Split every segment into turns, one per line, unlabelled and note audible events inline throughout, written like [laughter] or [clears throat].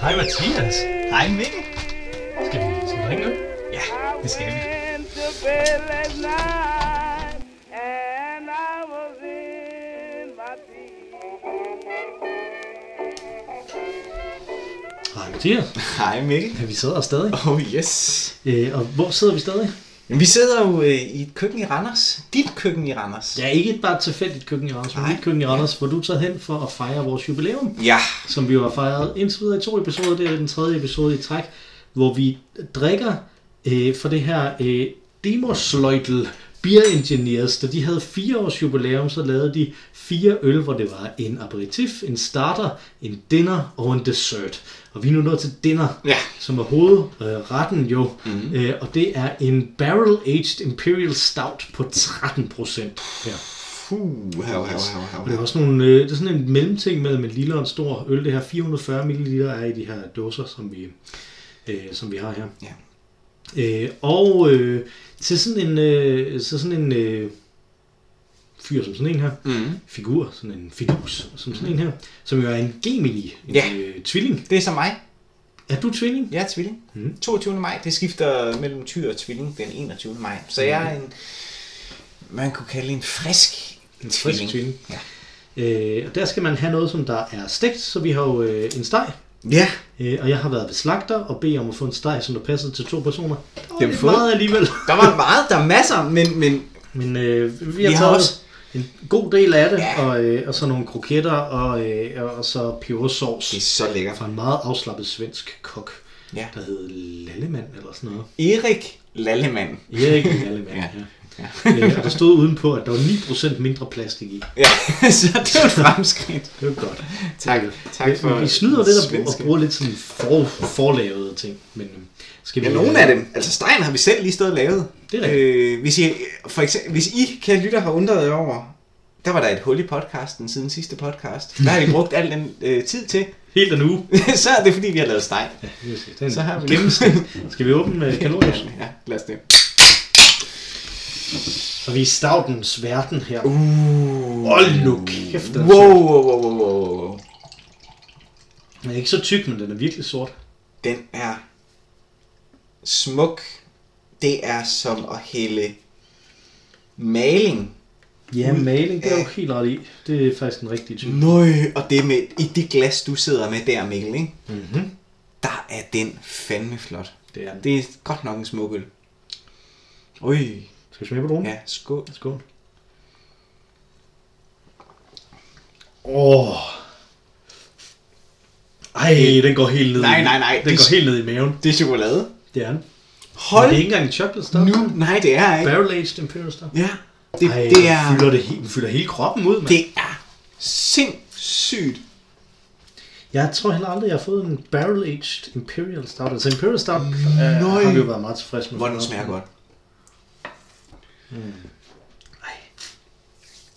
Hej Mathias.
Hej Mikkel.
Skal vi, skal vi ringe nu?
Ja, det skal vi.
went to bed last night and I was in my tears.
Hej Mathias.
Hej Mikkel.
Ja, vi sidder her stadig.
Oh yes.
Øh, og hvor sidder vi stadig?
Jamen, vi sidder jo øh, i et køkken i Randers. Dit køkken i Randers.
Ja, ikke et bare et tilfældigt køkken i Randers, men
Nej.
et køkken i Randers, hvor du er taget hen for at fejre vores jubilæum,
Ja.
som vi jo har fejret indtil videre i to episoder. Det er den tredje episode i træk, hvor vi drikker øh, for det her øh, Demosleutel Beer Engineers. Da de havde fire års jubilæum, så lavede de fire øl, hvor det var en aperitif, en starter, en dinner og en dessert. Og vi er nu nået til dinner.
Ja.
som er hovedretten jo, mm. øh, og det er en Barrel Aged Imperial Stout på 13 procent her.
Puh, hav, hav, hav, hav.
Og det er også nogle, øh, det er sådan en mellemting mellem en lille og en stor øl. Det her 440 ml er i de her dåser, som vi, øh, som vi har her.
Ja.
Øh, og øh, til sådan en, øh, så sådan en øh, fyr som sådan en her,
Mm.
figur, sådan en fidus som sådan en her, som jo er en gemini, en
Ja.
øh, tvilling.
Det er så mig.
Er du tvilling?
Jeg er tvilling. Mm. 22. maj. Det skifter mellem tyr og tvilling den 21. maj. Så jeg er en, man kunne kalde en frisk
En frisk tvilling.
Ja.
Øh, og der skal man have noget, som der er stegt, så vi har jo øh, en steg.
ja.
Øh, og jeg har været ved slagter og bedt om at få en steg, som der passede til to personer. Det var
har vi
lidt
fået.
meget alligevel.
Der var meget, der er masser, men, men
Men øh, vi
har
har taget
også-
også en god del af det,
Ja.
ja. og, øh, og så nogle kroketter og, øh, og så pebersauce
det er så lækkert.
fra en meget afslappet svensk kok,
Ja.
der hed Lallemand eller sådan noget.
Erik Lallemann.
Erik Lallemand, ja. ja. Øh, og der stod udenpå, at der var 9% mindre plastik i.
Ja, [laughs] så det er jo et fremskridt.
Det var godt.
Tak, tak for
Vi snyder lidt og bruger, og
svenske.
bruger lidt sådan for, forlavede ting. Men øhm, skal vi... øh,
Ja, nogle af dem. Altså, stegen har vi selv lige stået og lavet.
Det er rigtigt.
Øh, hvis, I, for eksempel, hvis I, kan lytter, har undret jer over, der var der et hul i podcasten siden sidste podcast. Der har vi brugt al den øh, tid til. [laughs]
Helt en uge.
så er det, fordi vi har lavet steg.
Den
Så har vi [laughs]
gennemsnit. Skal vi åbne øh, kalorier?
Ja, lad os det.
Så vi er i stavtens verden her.
Uh,
Hold nu kæft, den er
wow, wow, wow, wow, wow, wow.
sød. Den er ikke så tyk, men den er virkelig sort.
Den er smuk. Det er som at hælde maling
Ja, maling, det er jo
af-
helt ret i. Det er faktisk den rigtige tyk.
Nøj, og det med, i det glas, du sidder med der, Mikkel, ikke? Mm-hmm. Der er den fandme flot.
Det er den.
Det er godt nok en smuk øl. Ui,
Skal vi smage på nogen?
ja, skål.
Skål. Åh. Oh. Ej, den går helt ned.
Nej,
i-
nej, nej.
Den
Det-
går helt ned i maven.
Det er chokolade.
Det er den. Men
Hold
det er ikke engang en chocolate stout.
nu. Nej, det er ikke.
Barrel aged Imperial Stout.
Ja, det,
Ej,
det,
den
er,
fylder, det, he- den fylder hele kroppen ud, mand.
det er sindssygt.
Jeg tror heller aldrig, jeg har fået en Barrel Aged Imperial Stout. Altså Imperial Stout øh, har vi jo været meget tilfredse med.
Hvor den smager godt.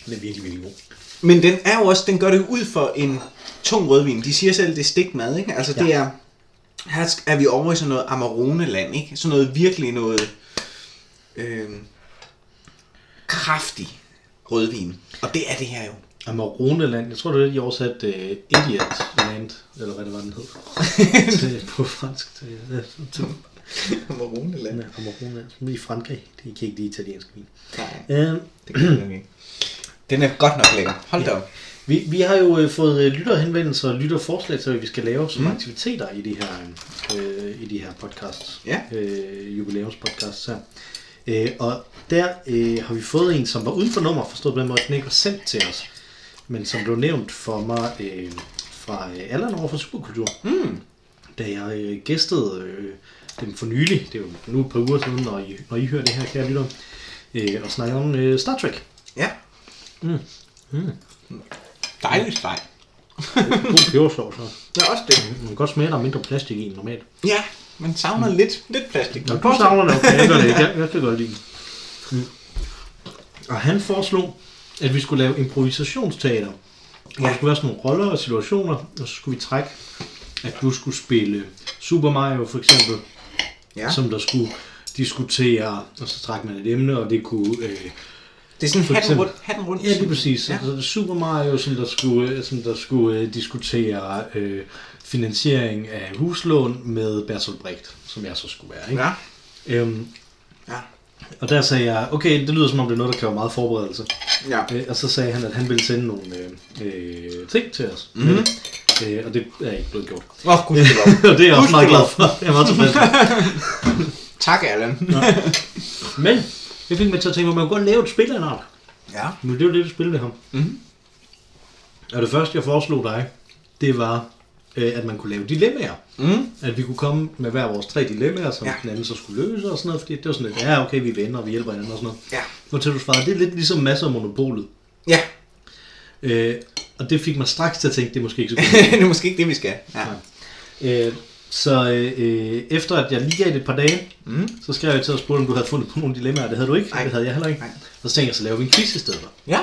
Den er virkelig, virkelig god.
Men den er jo også, den gør det ud for en tung rødvin. De siger selv, det er stegt mad, ikke? Altså ja. det er, her sk- er vi over i sådan noget Amarone-land, ikke? Sådan noget virkelig noget øh, kraftig rødvin. Og det er det her jo.
Amaroneland. Jeg tror, det er det, de oversat uh, Idiot Land, eller hvad det var, den hed. til, på fransk. Til, øh, til,
[coughs] Amarone-land?
med Amarone, som i Frankrig. De kan ikke lide italiensk vin.
Nej,
Uh,
det kan jeg nok ikke. Den er godt nok lækker. Hold da op.
vi, vi har jo øh, fået øh, lytterhenvendelser og lytterforslag til, hvad vi skal lave som mm. aktiviteter i de her, øh, i de her podcasts.
Ja.
Øh, jubilæumspodcasts her. Øh, og der øh, har vi fået en, som var uden for nummer, forstået på den måde, at den ikke var sendt til os, men som blev nævnt for mig øh, fra øh, Allan over for Superkultur, mm. da jeg øh, gæstede øh, dem for nylig, det er jo nu et par uger siden, når I, når I hører det her, kære lytter, øh, og snakkede om øh, Star Trek.
Ja. Mm. Dejlig steg.
God pebersauce også.
Ja, også det.
Man kan godt smage, at der er mindre plastik i end normalt.
Ja, man savner lidt, lidt plastik.
Nå, du savner det, okay, jeg gør det ikke. Jeg, jeg kan godt lide den. Mm. Og han foreslog, at vi skulle lave improvisationsteater. Hvor der skulle være sådan nogle roller og situationer, og så skulle vi trække, at du skulle spille Super Mario for eksempel,
Ja.
som der skulle diskutere, og så trak man et emne, og det kunne øh,
Det er sådan
For
hatten
eksempel-
rundt. Hatten rundt
Ja, lige præcis.
Ja.
Ja. Altså, Super Mario, som der skulle, som der skulle øh, diskutere øh, finansiering af huslån med Bertolt Brecht, som jeg så skulle være. Ikke?
ja.
Ja. Øhm,
Ja.
og der sagde jeg, okay, det lyder som om det er noget, der kræver meget forberedelse.
ja.
Øh, og så sagde han, at han ville sende nogle øh, øh, ting til os. Mm-hmm. Øh, og det er ikke blevet gjort.
Åh, oh, gudskelov.
og [laughs] det er jeg også meget glad
Gudskelov.
for. Jeg er meget tilfreds med.
[laughs] Tak, Allan.
[laughs] Men jeg fik mig til at tænke på, at man kunne godt lave et spil af en art.
Ja.
Men det var det, du spillede med ham.
Mhm.
Og det første, jeg foreslog dig, det var, øh, at man kunne lave dilemmaer.
Mm.
At vi kunne komme med hver vores tre dilemmaer, som ja.
Ja.
den anden så skulle løse og sådan noget. Fordi det var sådan lidt, ja okay, vi er venner, og vi hjælper hinanden og sådan noget.
Ja.
Hvor til du svarede, det er lidt ligesom masser af monopolet.
Ja. [laughs]
Øh, og det fik mig straks til at tænke, det er måske ikke så
[laughs]
godt.
det er måske ikke det, vi skal. Ja.
øh, så øh, øh, efter at jeg lige gav det et par dage,
Mm.
så skrev jeg til at spørge, om du havde fundet på nogle dilemmaer. Det havde du ikke,
Nej.
det havde jeg heller ikke.
Nej.
Og så tænkte jeg, så laver vi en quiz i stedet for.
Ja.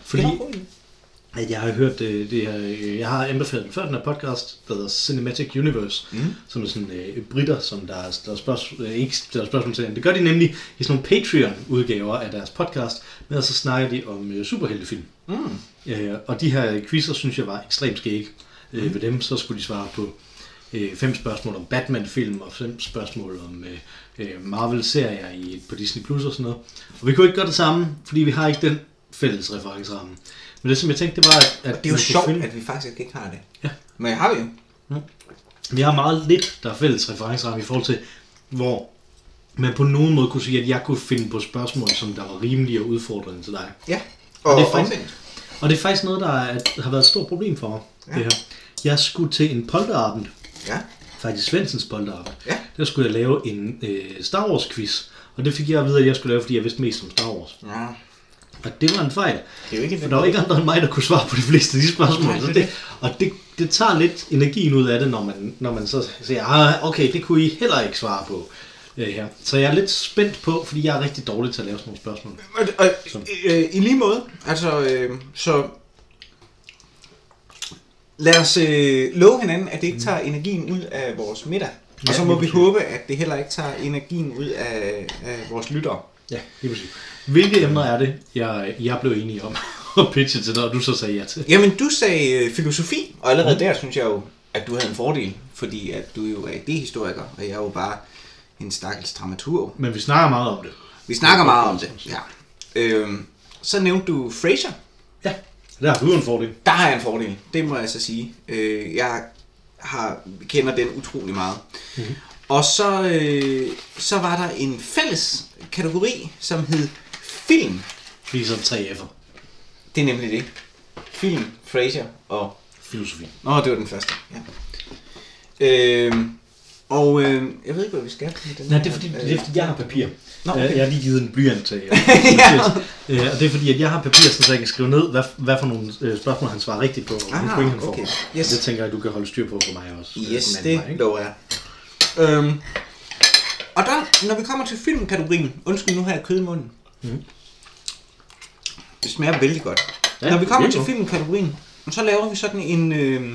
Fordi
Det var god idé.
at jeg har hørt det, det her, øh, jeg har anbefalet den før, den her podcast, der hedder Cinematic Universe, mm. som er sådan øh, britter, som der, der, er spørgsmål, øh, ikke der er spørgsmål til. Det gør de nemlig i sådan nogle Patreon-udgaver af deres podcast, men så snakker de om øh, superheltefilm. Mm. Øh, og de her quizzer, synes jeg var ekstremt skægge. Øh,
Mhm.
Ved dem så skulle de svare på øh, fem spørgsmål om Batman-film og fem spørgsmål om øh, øh, Marvel-serier i, på Disney Plus og sådan noget. Og vi kunne ikke gøre det samme, fordi vi har ikke den fælles referenceramme. Men det som jeg tænkte, det var, at, at
Det er jo
man kunne
sjovt,
finde-
at vi faktisk ikke har det.
Ja.
Men jeg har vi jo.
Vi har meget lidt, der er fælles referenceramme i forhold til, hvor man på nogen måde kunne sige, at jeg kunne finde på spørgsmål, som der var rimelige og udfordrende til dig.
Ja. Og,
det
det
er
er
faktisk- Og det er faktisk noget, der er, har været et stort problem for mig, ja. det her. Jeg skulle til en polterabend,
Ja.
faktisk Svendsens polterabend.
Ja.
Der skulle jeg lave en øh, Star Wars quiz, og det fik jeg at vide, at jeg skulle lave, fordi jeg vidste mest om Star Wars.
ja.
Og det var en fejl.
Det er jo ikke
For der var ikke andre end mig, der kunne svare på de fleste af de spørgsmål.
Nej,
Så
det er
det, og det, det tager lidt energien ud af det, når man, når man så siger, ah, okay, det kunne I heller ikke svare på. øh, Her. Så jeg er lidt spændt på, fordi jeg er rigtig dårlig til at lave sådan nogle spørgsmål.
Og, og, øh, I lige måde, altså, øh, så lad os øh, love hinanden, at det ikke tager energien ud af vores middag. Og så
Mm. Ja,
må
lige
vi
præcis.
håbe, at det heller ikke tager energien ud af, af vores lyttere.
Ja, lige præcis. Hvilke emner er det, jeg, jeg blev enig om [laughs] at pitche til dig, og du så sagde ja til?
Jamen, du sagde øh, filosofi, og allerede der synes jeg jo, at du havde en fordel, fordi at du jo er idéhistoriker, og jeg er jo bare en stakkels dramaturg.
Men vi snakker meget om det.
Vi snakker meget om det, ja. Øhm, så nævnte du Fraser.
Ja, der har du en fordel.
Der har jeg en fordel, det må jeg så sige. Øh, jeg har, kender den utrolig meget. Mm-hmm. Og så, øh, så var der en fælles kategori, som hed film.
Vi er sådan tre F'er.
Det er nemlig det. Film, Fraser og...
Filosofi.
Nå, det var den første. Ja. Øh, og øh, jeg ved ikke, hvad vi skal. med den
Nej,
her,
det er fordi, det er,
øh,
fordi jeg har papir.
Nå,
Nå,
okay.
okay. Jeg har lige givet en blyant til
[laughs]
jer. ja. Og det er fordi, at jeg har papir, sådan så jeg kan skrive ned, hvad, hvad for nogle øh, spørgsmål han svarer rigtigt på, og hvilke
Ah,
point han får.
okay.
Yes.
Yes.
Det tænker jeg, du kan holde styr på for mig også. øh,
Yes,
den anden
det
vej, ikke?
lover jeg. Øhm, og der, når vi kommer til filmkategorien, undskyld, nu har jeg kød i munden. Mm. Det smager vældig godt.
Ja,
Ja, når vi
det
kommer
er
til
godt.
filmkategorien, så laver vi sådan en... Øh,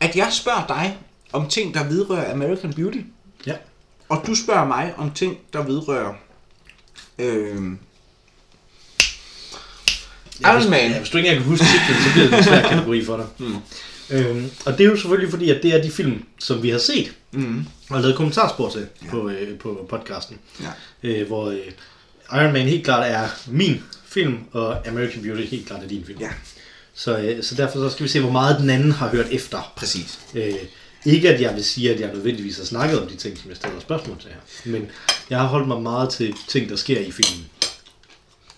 at jeg spørger dig om ting, der vedrører American Beauty,
Ja.
og du spørger mig om ting, der vedrører... Øh, Iron Man.
Ja, hvis du ikke engang kan huske titlen, så bliver det
[laughs]
en svær kategori for dig. Mm. Øhm, og det er jo selvfølgelig fordi, at det er de film, som vi har set
Mm.
og lavet kommentarspor til ja. på, øh, på podcasten.
Ja.
Øh, hvor øh, Iron Man helt klart er min film, og American Beauty helt klart er din film.
Ja.
Så, øh, så derfor så skal vi se, hvor meget den anden har hørt efter.
Præcis.
Øh, ikke at jeg vil sige, at jeg nødvendigvis har snakket om de ting, som jeg stiller spørgsmål til her. Men jeg har holdt mig meget til ting, der sker i filmen.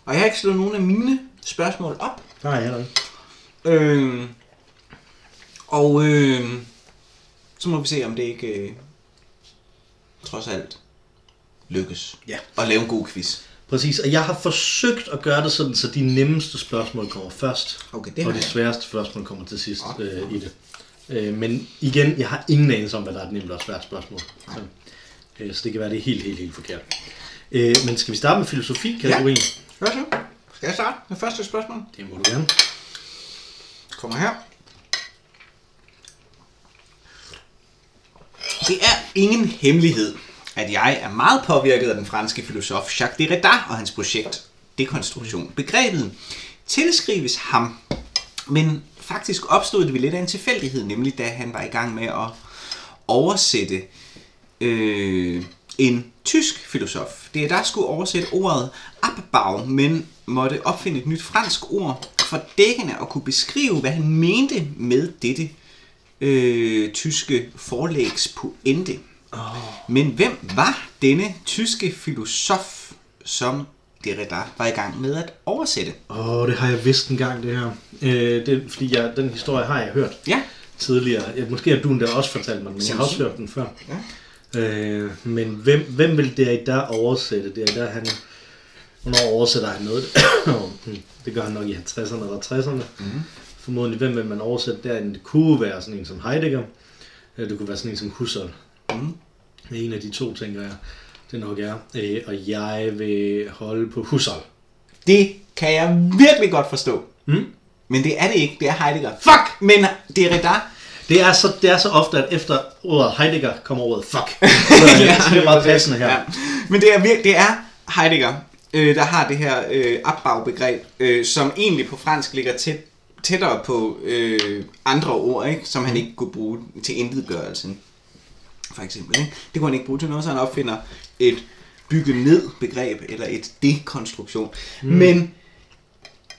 Og jeg har ikke slået nogen af mine spørgsmål op,
Nej, heller ikke.
Øh, og øh, så må vi se, om det ikke øh, trods alt lykkes
Ja.
at lave en god quiz.
Præcis, og jeg har forsøgt at gøre det sådan, så de nemmeste spørgsmål kommer først,
Okay, det har
og de
jeg.
sværeste spørgsmål kommer til sidst
Godt.
øh, i det. Øh, men igen, jeg har ingen anelse om, hvad der er et nemt og et svært spørgsmål. Så, øh, så det kan være, det er helt, helt, helt forkert. Øh, men skal vi starte med filosofi-kategorien? Ja.
Hvad så? Skal jeg starte med første spørgsmål?
Det må du gerne.
Kommer her. Det er ingen hemmelighed, at jeg er meget påvirket af den franske filosof Jacques Derrida og hans projekt dekonstruktion. Begrebet tilskrives ham, men faktisk opstod det ved lidt af en tilfældighed, nemlig da han var i gang med at oversætte øh, en tysk filosof. Det er der skulle oversætte ordet Abbau, men måtte opfinde et nyt fransk ord for dækkende og kunne beskrive, hvad han mente med dette øh, tyske forlægs pointe. Oh. Men hvem var denne tyske filosof, som Derrida var i gang med at oversætte?
Åh, oh, det har jeg vidst en gang, det her. Øh, det, er, fordi jeg, den historie har jeg hørt
Ja,
tidligere. Ja, måske har du endda også fortalt mig den, men jeg har også hørt den før.
Ja.
Øh, men hvem, hvem vil det i der oversætte? Det er der, han... Hvornår oversætter han noget? [coughs] Hmm, det gør han nok i 50'erne eller 60'erne.
Mhm.
Mm. Formodentlig, hvem vil man oversætte derinde? Det kunne være sådan en som Heidegger. Eller det kunne være sådan en som Husserl.
Mm.
Det er en af de to, tænker jeg. Det nok er. Øh, og jeg vil holde på Husserl.
det kan jeg virkelig godt forstå.
Mm.
Men det er det ikke, det er Heidegger. Fuck, men Derrida
Det er, så, det er så ofte, at efter ordet Heidegger kommer ordet fuck. Så, ja, så det er meget passende her.
[laughs] Ja. Men det er, vir- det er Heidegger, øh, der har det her øh, abbau-begreb, øh, som egentlig på fransk ligger tæt, tættere på øh, andre ord, ikke? som han ikke kunne bruge til intetgørelsen. For eksempel. Ikke? Det kunne han ikke bruge til noget, så han opfinder et bygge ned begreb, eller et dekonstruktion.
Hmm.
Mm. Men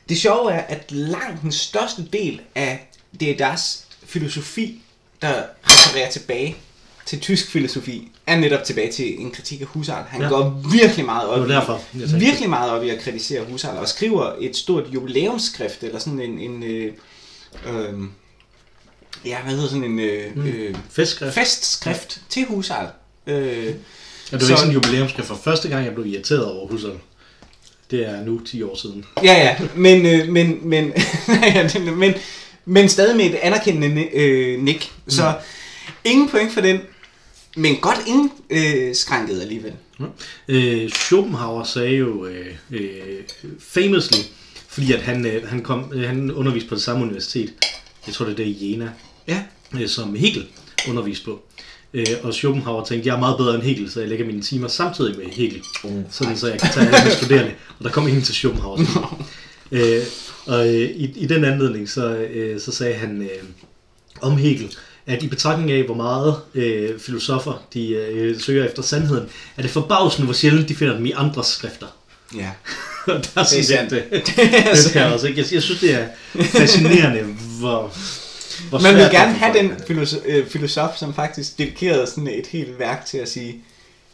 det sjove er, at langt den største del af Derridas filosofi, der refererer tilbage til tysk filosofi, er netop tilbage til en kritik af Husserl. Han ja.
Ja.
går virkelig meget op
Det var derfor,
i,
jeg tænkte.
virkelig meget op i at kritisere Husserl, og skriver et stort jubilæumsskrift, eller sådan en, en øh, øh, ja, hvad hedder sådan en øh, mm. øh,
Festskrift.
festskrift til Husserl. Øh,
Og det var ikke
Så-
sådan en jubilæumsskrift for første gang, jeg blev irriteret over Husserl. Det er nu 10 år siden.
Ja, ja, men, øh, men, men, [laughs] ja, det- men, men stadig med et anerkendende ni- øh, nik. Så ingen point for den, men godt indskrænket alligevel.
Øh, Schopenhauer sagde jo øh, øh, famously, fordi at han, øh, han, kom, øh, han underviste på det samme universitet, jeg tror det er det i Jena,
Ja.
øh, som Hegel underviste på. Øh, og Schopenhauer tænkte, jeg er meget bedre end Hegel, så jeg lægger mine timer samtidig med Hegel,
Mm.
oh, sådan så jeg kan tage alle mine studerende. Og der kom ingen til Schopenhauer. øh, og øh, i, i den anledning, så, øh, så sagde han øh, om Hegel, at i betragtning af, hvor meget øh, filosofer de øh, søger efter sandheden, er det forbavsende, hvor sjældent de finder dem i andres skrifter. [laughs]
[laughs] Ja. Altså,
Og der det er
sandt.
sandt. [laughs] Det, det,
er
det er
sandt.
også, ikke? Jeg, jeg synes, det er fascinerende, hvor, hvor
Man vil
svært det er
gerne
for
have
folk.
den filosof, øh, filosof, som faktisk dedikerede sådan et helt værk til at sige,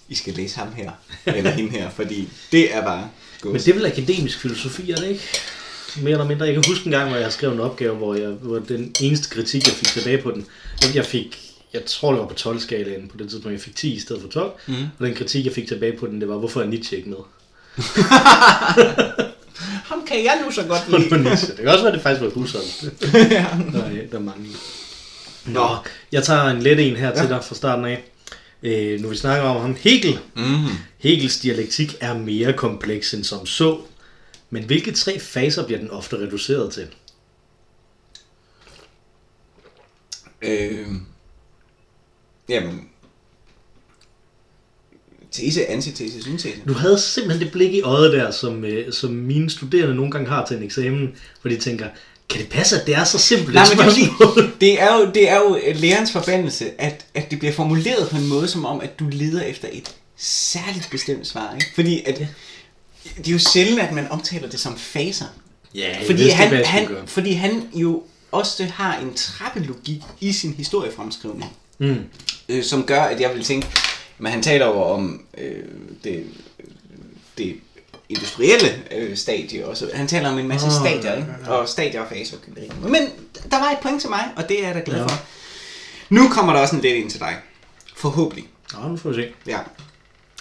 I skal læse ham [laughs] her, eller hende her, fordi det er bare
Men det er vel akademisk filosofi, er det ikke? Mere eller mindre. Jeg kan huske en gang, hvor jeg skrev en opgave, hvor, jeg, hvor den eneste kritik, jeg fik tilbage på den, at jeg fik, jeg tror det var på 12-skalaen på det tidspunkt, jeg fik 10 i stedet for 12, mm. og den kritik, jeg fik tilbage på den, det var, hvorfor er Nietzsche ikke med?
Ham kan jeg nu så [laughs] godt
Hvorfor
lide.
er Nietzsche? Det kan også være, det faktisk var Husserl, der, der manglede. Nå, jeg tager en let en her til dig fra starten af. Øh, nu vi snakker om ham. Hegel.
Mm.
Hegels dialektik er mere kompleks end som så. Men hvilke tre faser bliver den ofte reduceret til?
Øh, jamen, tese, antitese, syntese.
Du havde simpelthen det blik i øjet der, som, øh, som mine studerende nogle gange har til en eksamen, hvor de tænker, kan det passe, at det er så simpelt
Nej,
et
men det er,
spørgsmål?
fordi, det er jo, det er jo øh, lærerens forbandelse, at, at det bliver formuleret på en måde, som om, at du leder efter et særligt bestemt svar. Ikke? Fordi at, det er jo sjældent, at man omtaler det som faser.
[laughs] ja, jeg
Fordi
vidste, hvad
han,
jeg
han,
skulle gøre.
fordi han jo også har en trappelogik i sin historiefremskrivning.
Mm.
øh, som gør, at jeg vil tænke, men han taler jo om øh, det, det industrielle øh, stadie også. Han taler om en masse
Åh,
stadier,
Ah, ja,
ikke? og stadier og faser. kan det ikke? Men der var et point til mig, og det er jeg da glad
Ja.
for. Nu kommer der også en lidt ind til dig. Forhåbentlig.
Nå, nu får vi se.
Ja.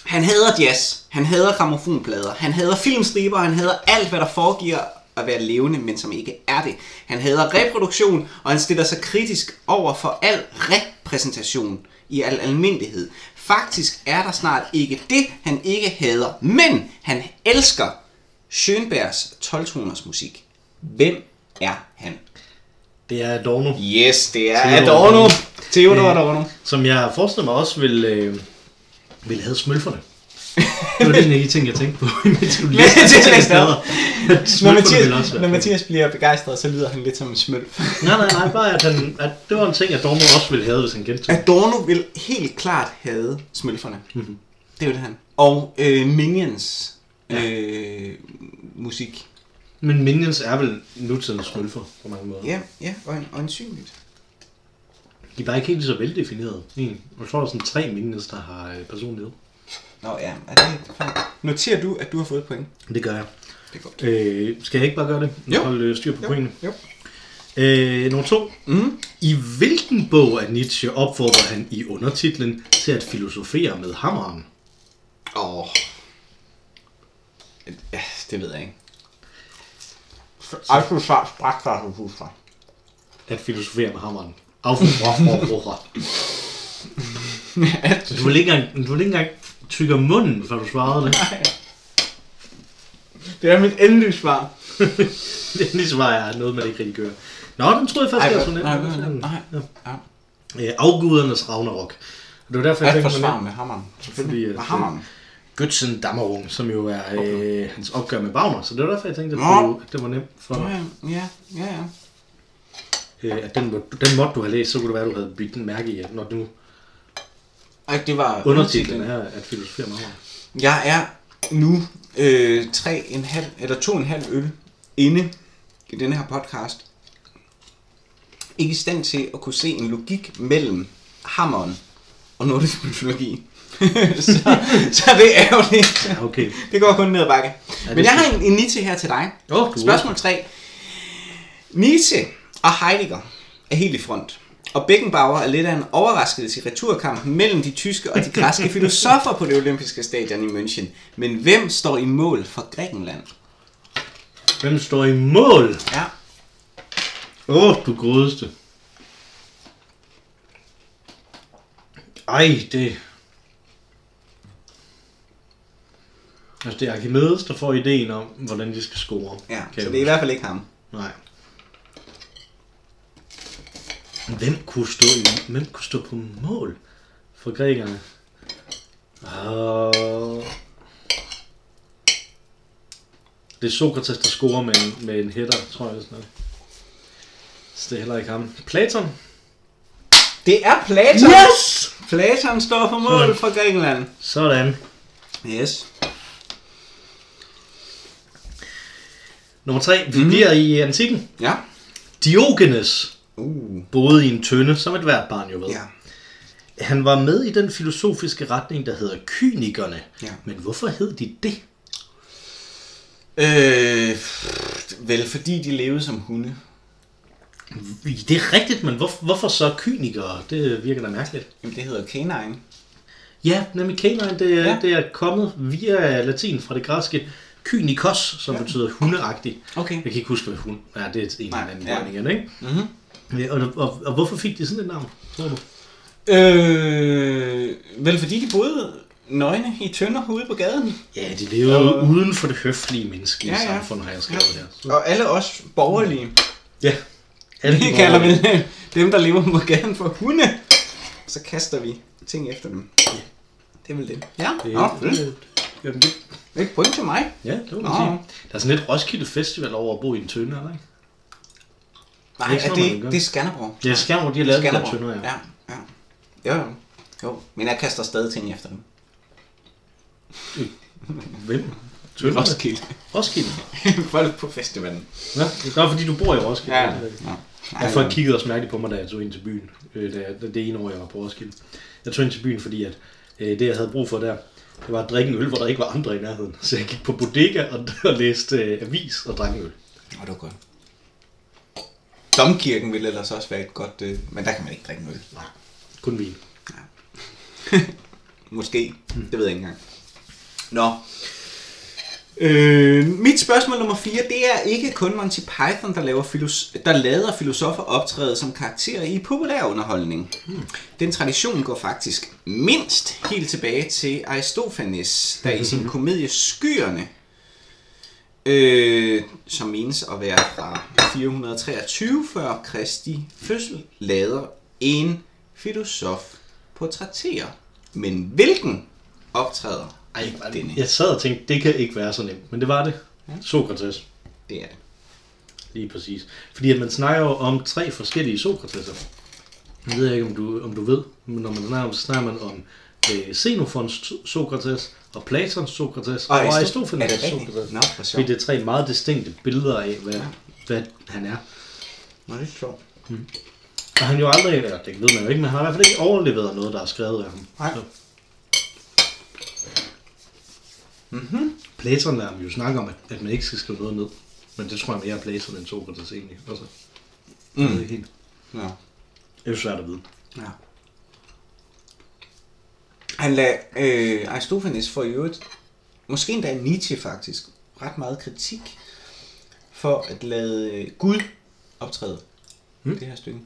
Han hader jazz, han hader gramofonplader, han hader filmstriber, han hader alt, hvad der foregiver at være levende, men som ikke er det. Han hader reproduktion, og han stiller sig kritisk over for al repræsentation i al almindelighed. Faktisk er der snart ikke det, han ikke hader, men han elsker Schönbergs 12-toners musik. Hvem er han?
Det er Adorno,
Yes, det er
Theodor
Adorno.
Adorno.
Theodor
Ja.
Adorno.
som jeg forestiller mig også vil, øh, vil have smølferne. Det var lige en af de ting, jeg tænkte på, [laughs] imens du
Mens
læste
du
det
læste
steder.
Når
Smølfer du vil også
Mathias, når
være.
Mathias bliver begejstret, så lyder han lidt som en smølf.
Nej, nej, nej, bare at, han, at det var en ting, at Dormo også ville have, hvis han gentog.
Adorno vil helt klart have smølferne. Mm-hmm. Det vil han. Og øh, Minions øh, musik.
Men Minions er vel nutidens smølfer på mange måder.
Ja, ja, og øjensynligt.
De er bare ikke helt så veldefinerede. egentlig. Mm. Jeg tror, der er sådan tre Minions, der har øh, personlighed.
Nå ja, er det er fint. Noterer du, at du har fået point?
Det gør jeg.
Det er godt.
Øh, skal jeg ikke bare gøre det?
Jo.
Holde øh, styr på pointene.
Jo.
Øh, nummer to.
Mm.
I hvilken bog af Nietzsche opfordrer han i undertitlen til at filosofere med hammeren?
Åh. Ja, det ved jeg ikke. Alfred Sars [laughs] Brakfarshus.
At filosofere med hammeren. Affra, [laughs] Du vil ikke engang, du vil ikke engang tykke om munden, før du svarede det.
Det er mit endelige svar.
[laughs] Det er lige svarer jeg noget, man ikke rigtig gør. Nå, den troede jeg
Ej,
faktisk, jeg var
hvad- nej,
sådan lidt.
hvad-
Sådan,
nej. Ja.
ja. Øh, Afgudernes Ragnarok. Og det var derfor, jeg
Alt
tænkte på
forsvar
det.
med hammeren.
Fordi,
Selvfølgelig.
at,
Med hammeren.
Götzen Dammerung, som jo er øh, hans opgør med Wagner. Så det var derfor, jeg tænkte, at,
Nå.
du, at det var nemt for
Nå
dig.
Ja, ja, ja, ja.
Øh, at den, må- den måtte du have læst, så kunne det være, at du havde bidt den mærke i, at når du
Ej, det var
undertitlen er at filosofere med hammeren.
Jeg er nu øh, tre en halv, eller to og en halv øl inde i denne her podcast. Ikke i stand til at kunne se en logik mellem hammeren og nordisk mytologi. [laughs] så, så det er jo det.
Ja, okay.
Det går kun ned ad bakke. Men
det
jeg har en, en Nietzsche her til dig.
Åh, du er-
Spørgsmål 3. Nietzsche og Heidegger er helt i front. Og Beckenbauer er lidt af en overraskelse i returkampen mellem de tyske og de [laughs] græske filosofer på det olympiske stadion i München. Men hvem står i mål for Grækenland?
Hvem står i mål?
Ja.
Åh, oh, du godeste. Ej, det... Altså, det er Archimedes, der får ideen om, hvordan de skal score.
ja.
Kan
Så det
jeg
er i
huske.
hvert fald ikke ham.
Nej. Hvem kunne stå, i- hvem kunne stå på mål for grækerne? Ah. Og... Det er Sokrates, der scorer med en, med en hætter, tror jeg. eller Sådan noget. Så det er heller ikke ham. Platon?
Det er Platon. Yes! Platon står på mål for Grækenland.
Sådan.
Yes.
Nummer tre.
Mhm.
Vi bliver i antikken.
Ja.
Diogenes
Uh.
boede i en tønde, som et hvert barn jo ved.
Ja.
Han var med i den filosofiske retning, der hedder kynikerne.
Ja.
Men hvorfor hed de det?
Øh, vel, fordi de levede som hunde.
Det er rigtigt, men hvor, hvorfor så kynikere? Det virker da mærkeligt.
Jamen, det hedder canine.
Ja, nemlig canine, det,
Ja.
ja. det er kommet via latin fra det græske kynikos, som ja. betyder hundeagtig.
Okay.
Jeg kan ikke huske, hvad hund er. Det er en
Nej,
eller anden
ja.
ja. igen, ikke?
Mhm.
Mm-hmm. Og, og, og, hvorfor fik de sådan et navn, tror du?
Øh, vel fordi de boede nøgne i tønder ude på gaden.
Ja, de levede
Øh.
øh. uden for det høflige menneskelige
Ja,
ja,
ja.
ja. samfund, har jeg skrevet her. Så,
Og alle os [laughs] borgerlige, Mm.
ja.
vi kalder vi dem, der lever på gaden for hunde. Så kaster vi ting efter dem. Det er vel det. Ja,
Det,
Nå,
det,
det
det, jamen, det,
er et point til mig.
ja, det må man
Nå.
sige. Der er sådan lidt Roskilde Festival over at bo i en tønde, eller ikke?
Nej,
Det er ikke
er
sådan, man
det,
gør.
det er Skanderborg.
Ja, Skanderborg, de har lavet de der
Skanderborg.
tønder, ja.
ja. ja. Jo, jo. Jo, men jeg kaster stadig ting efter dem.
Hvem? Tønderne? Roskilde.
Folk på festivalen.
Ja, det er fordi, du bor i Roskilde.
Ja, ja.
Og folk kiggede også mærkeligt på mig, da jeg tog ind til byen. Øh, da jeg, det ene år, jeg var på Roskilde. Jeg tog ind til byen, fordi at, øh, det, jeg havde brug for der, det var at drikke en øl, hvor der ikke var andre i nærheden. Så jeg gik på bodega og, og læste øh, avis og drak en øl.
Og det var godt. Domkirken ville ellers også være et godt... Øh, men der kan man ikke drikke noget.
Nej, kun vin.
Måske. Mm. Det ved jeg ikke engang. Nå. Øh, mit spørgsmål nummer 4, det er ikke kun Monty Python, der, laver filos- der lader filosofer optræde som karakterer i populær underholdning. Mm. Den tradition går faktisk mindst helt tilbage til Aristofanes, der i [laughs] sin komedie Skyerne, øh, som menes at være fra 423 før Kristi fødsel, lader en filosof portrættere. Men hvilken optræder Ej, hvor er det nemt.
Jeg sad og tænkte, det kan ikke være så nemt, men det var det. Sokrates,
Det er det.
lige præcis. Fordi at man snakker jo om tre forskellige Sokrateser. Jeg ved ikke, om du, om du ved, men når man snakker, så snakker man om øh, Xenofons Sokrates, og Platons Sokrates, og, og
er
Aristofanes
det
Sokrates.
rigtigt? Nå, hvor
Fordi
sjovt.
det er tre meget distinkte billeder af, hvad, hvad han er.
Nå, det er sjovt.
Og han jo aldrig, eller det ved man jo ikke, men han har i hvert fald ikke overleveret noget, der er skrevet af ham.
Nej.
Så. Mhm. Platon lader ham jo snakke om, at, at man ikke skal skrive noget ned. Men det tror jeg mere er Platon end Sokrates egentlig. Altså, mm. det, er helt,
Nå.
det er jo svært at vide.
Ja. Han lagde øh, Aristofanes for i øvrigt, måske endda Nietzsche faktisk, ret meget kritik for at lade øh, Gud optræde mm. det her stykke.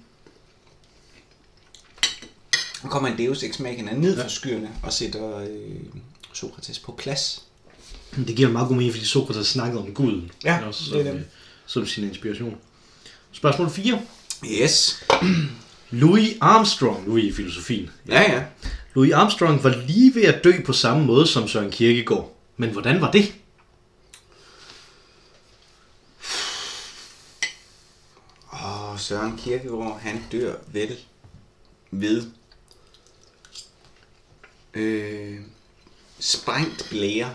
Nu kommer en Deus Ex Machina ned fra skyerne og sætter øh, Sokrates på plads.
Men Det giver meget god mening, fordi Sokrates snakkede om guden.
Ja,
Men også,
det er
som,
det.
øh, Som sin inspiration. Spørgsmål 4.
Yes.
Louis Armstrong, nu i filosofien.
Ja, ja.
Louis Armstrong var lige ved at dø på samme måde som Søren Kierkegaard. Men hvordan var det?
Og Søren Kierkegaard, han dør vel ved øh, sprængt blære.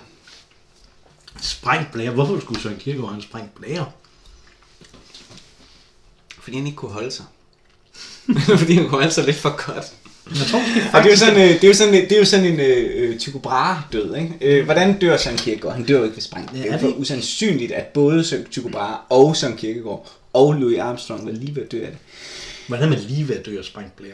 Sprængt blære. Hvorfor skulle Søren Kierkegaard have en sprængt blære?
Fordi han ikke kunne holde sig. [laughs] fordi han kunne holde sig lidt for godt.
Jeg tror måske
Og det er jo sådan, øh, det er jo sådan, det er jo sådan en øh, øh, Tycho Brahe død, ikke? Øh, hvordan dør Søren Kierkegaard? Han dør jo ikke ved sprængt.
Ja,
det er
er
jo
det
for usandsynligt, at både Søren Tycho Brahe og Søren Kierkegaard og Louis Armstrong var lige ved at dø af det.
Hvordan er man lige ved at dø af sprængt blære?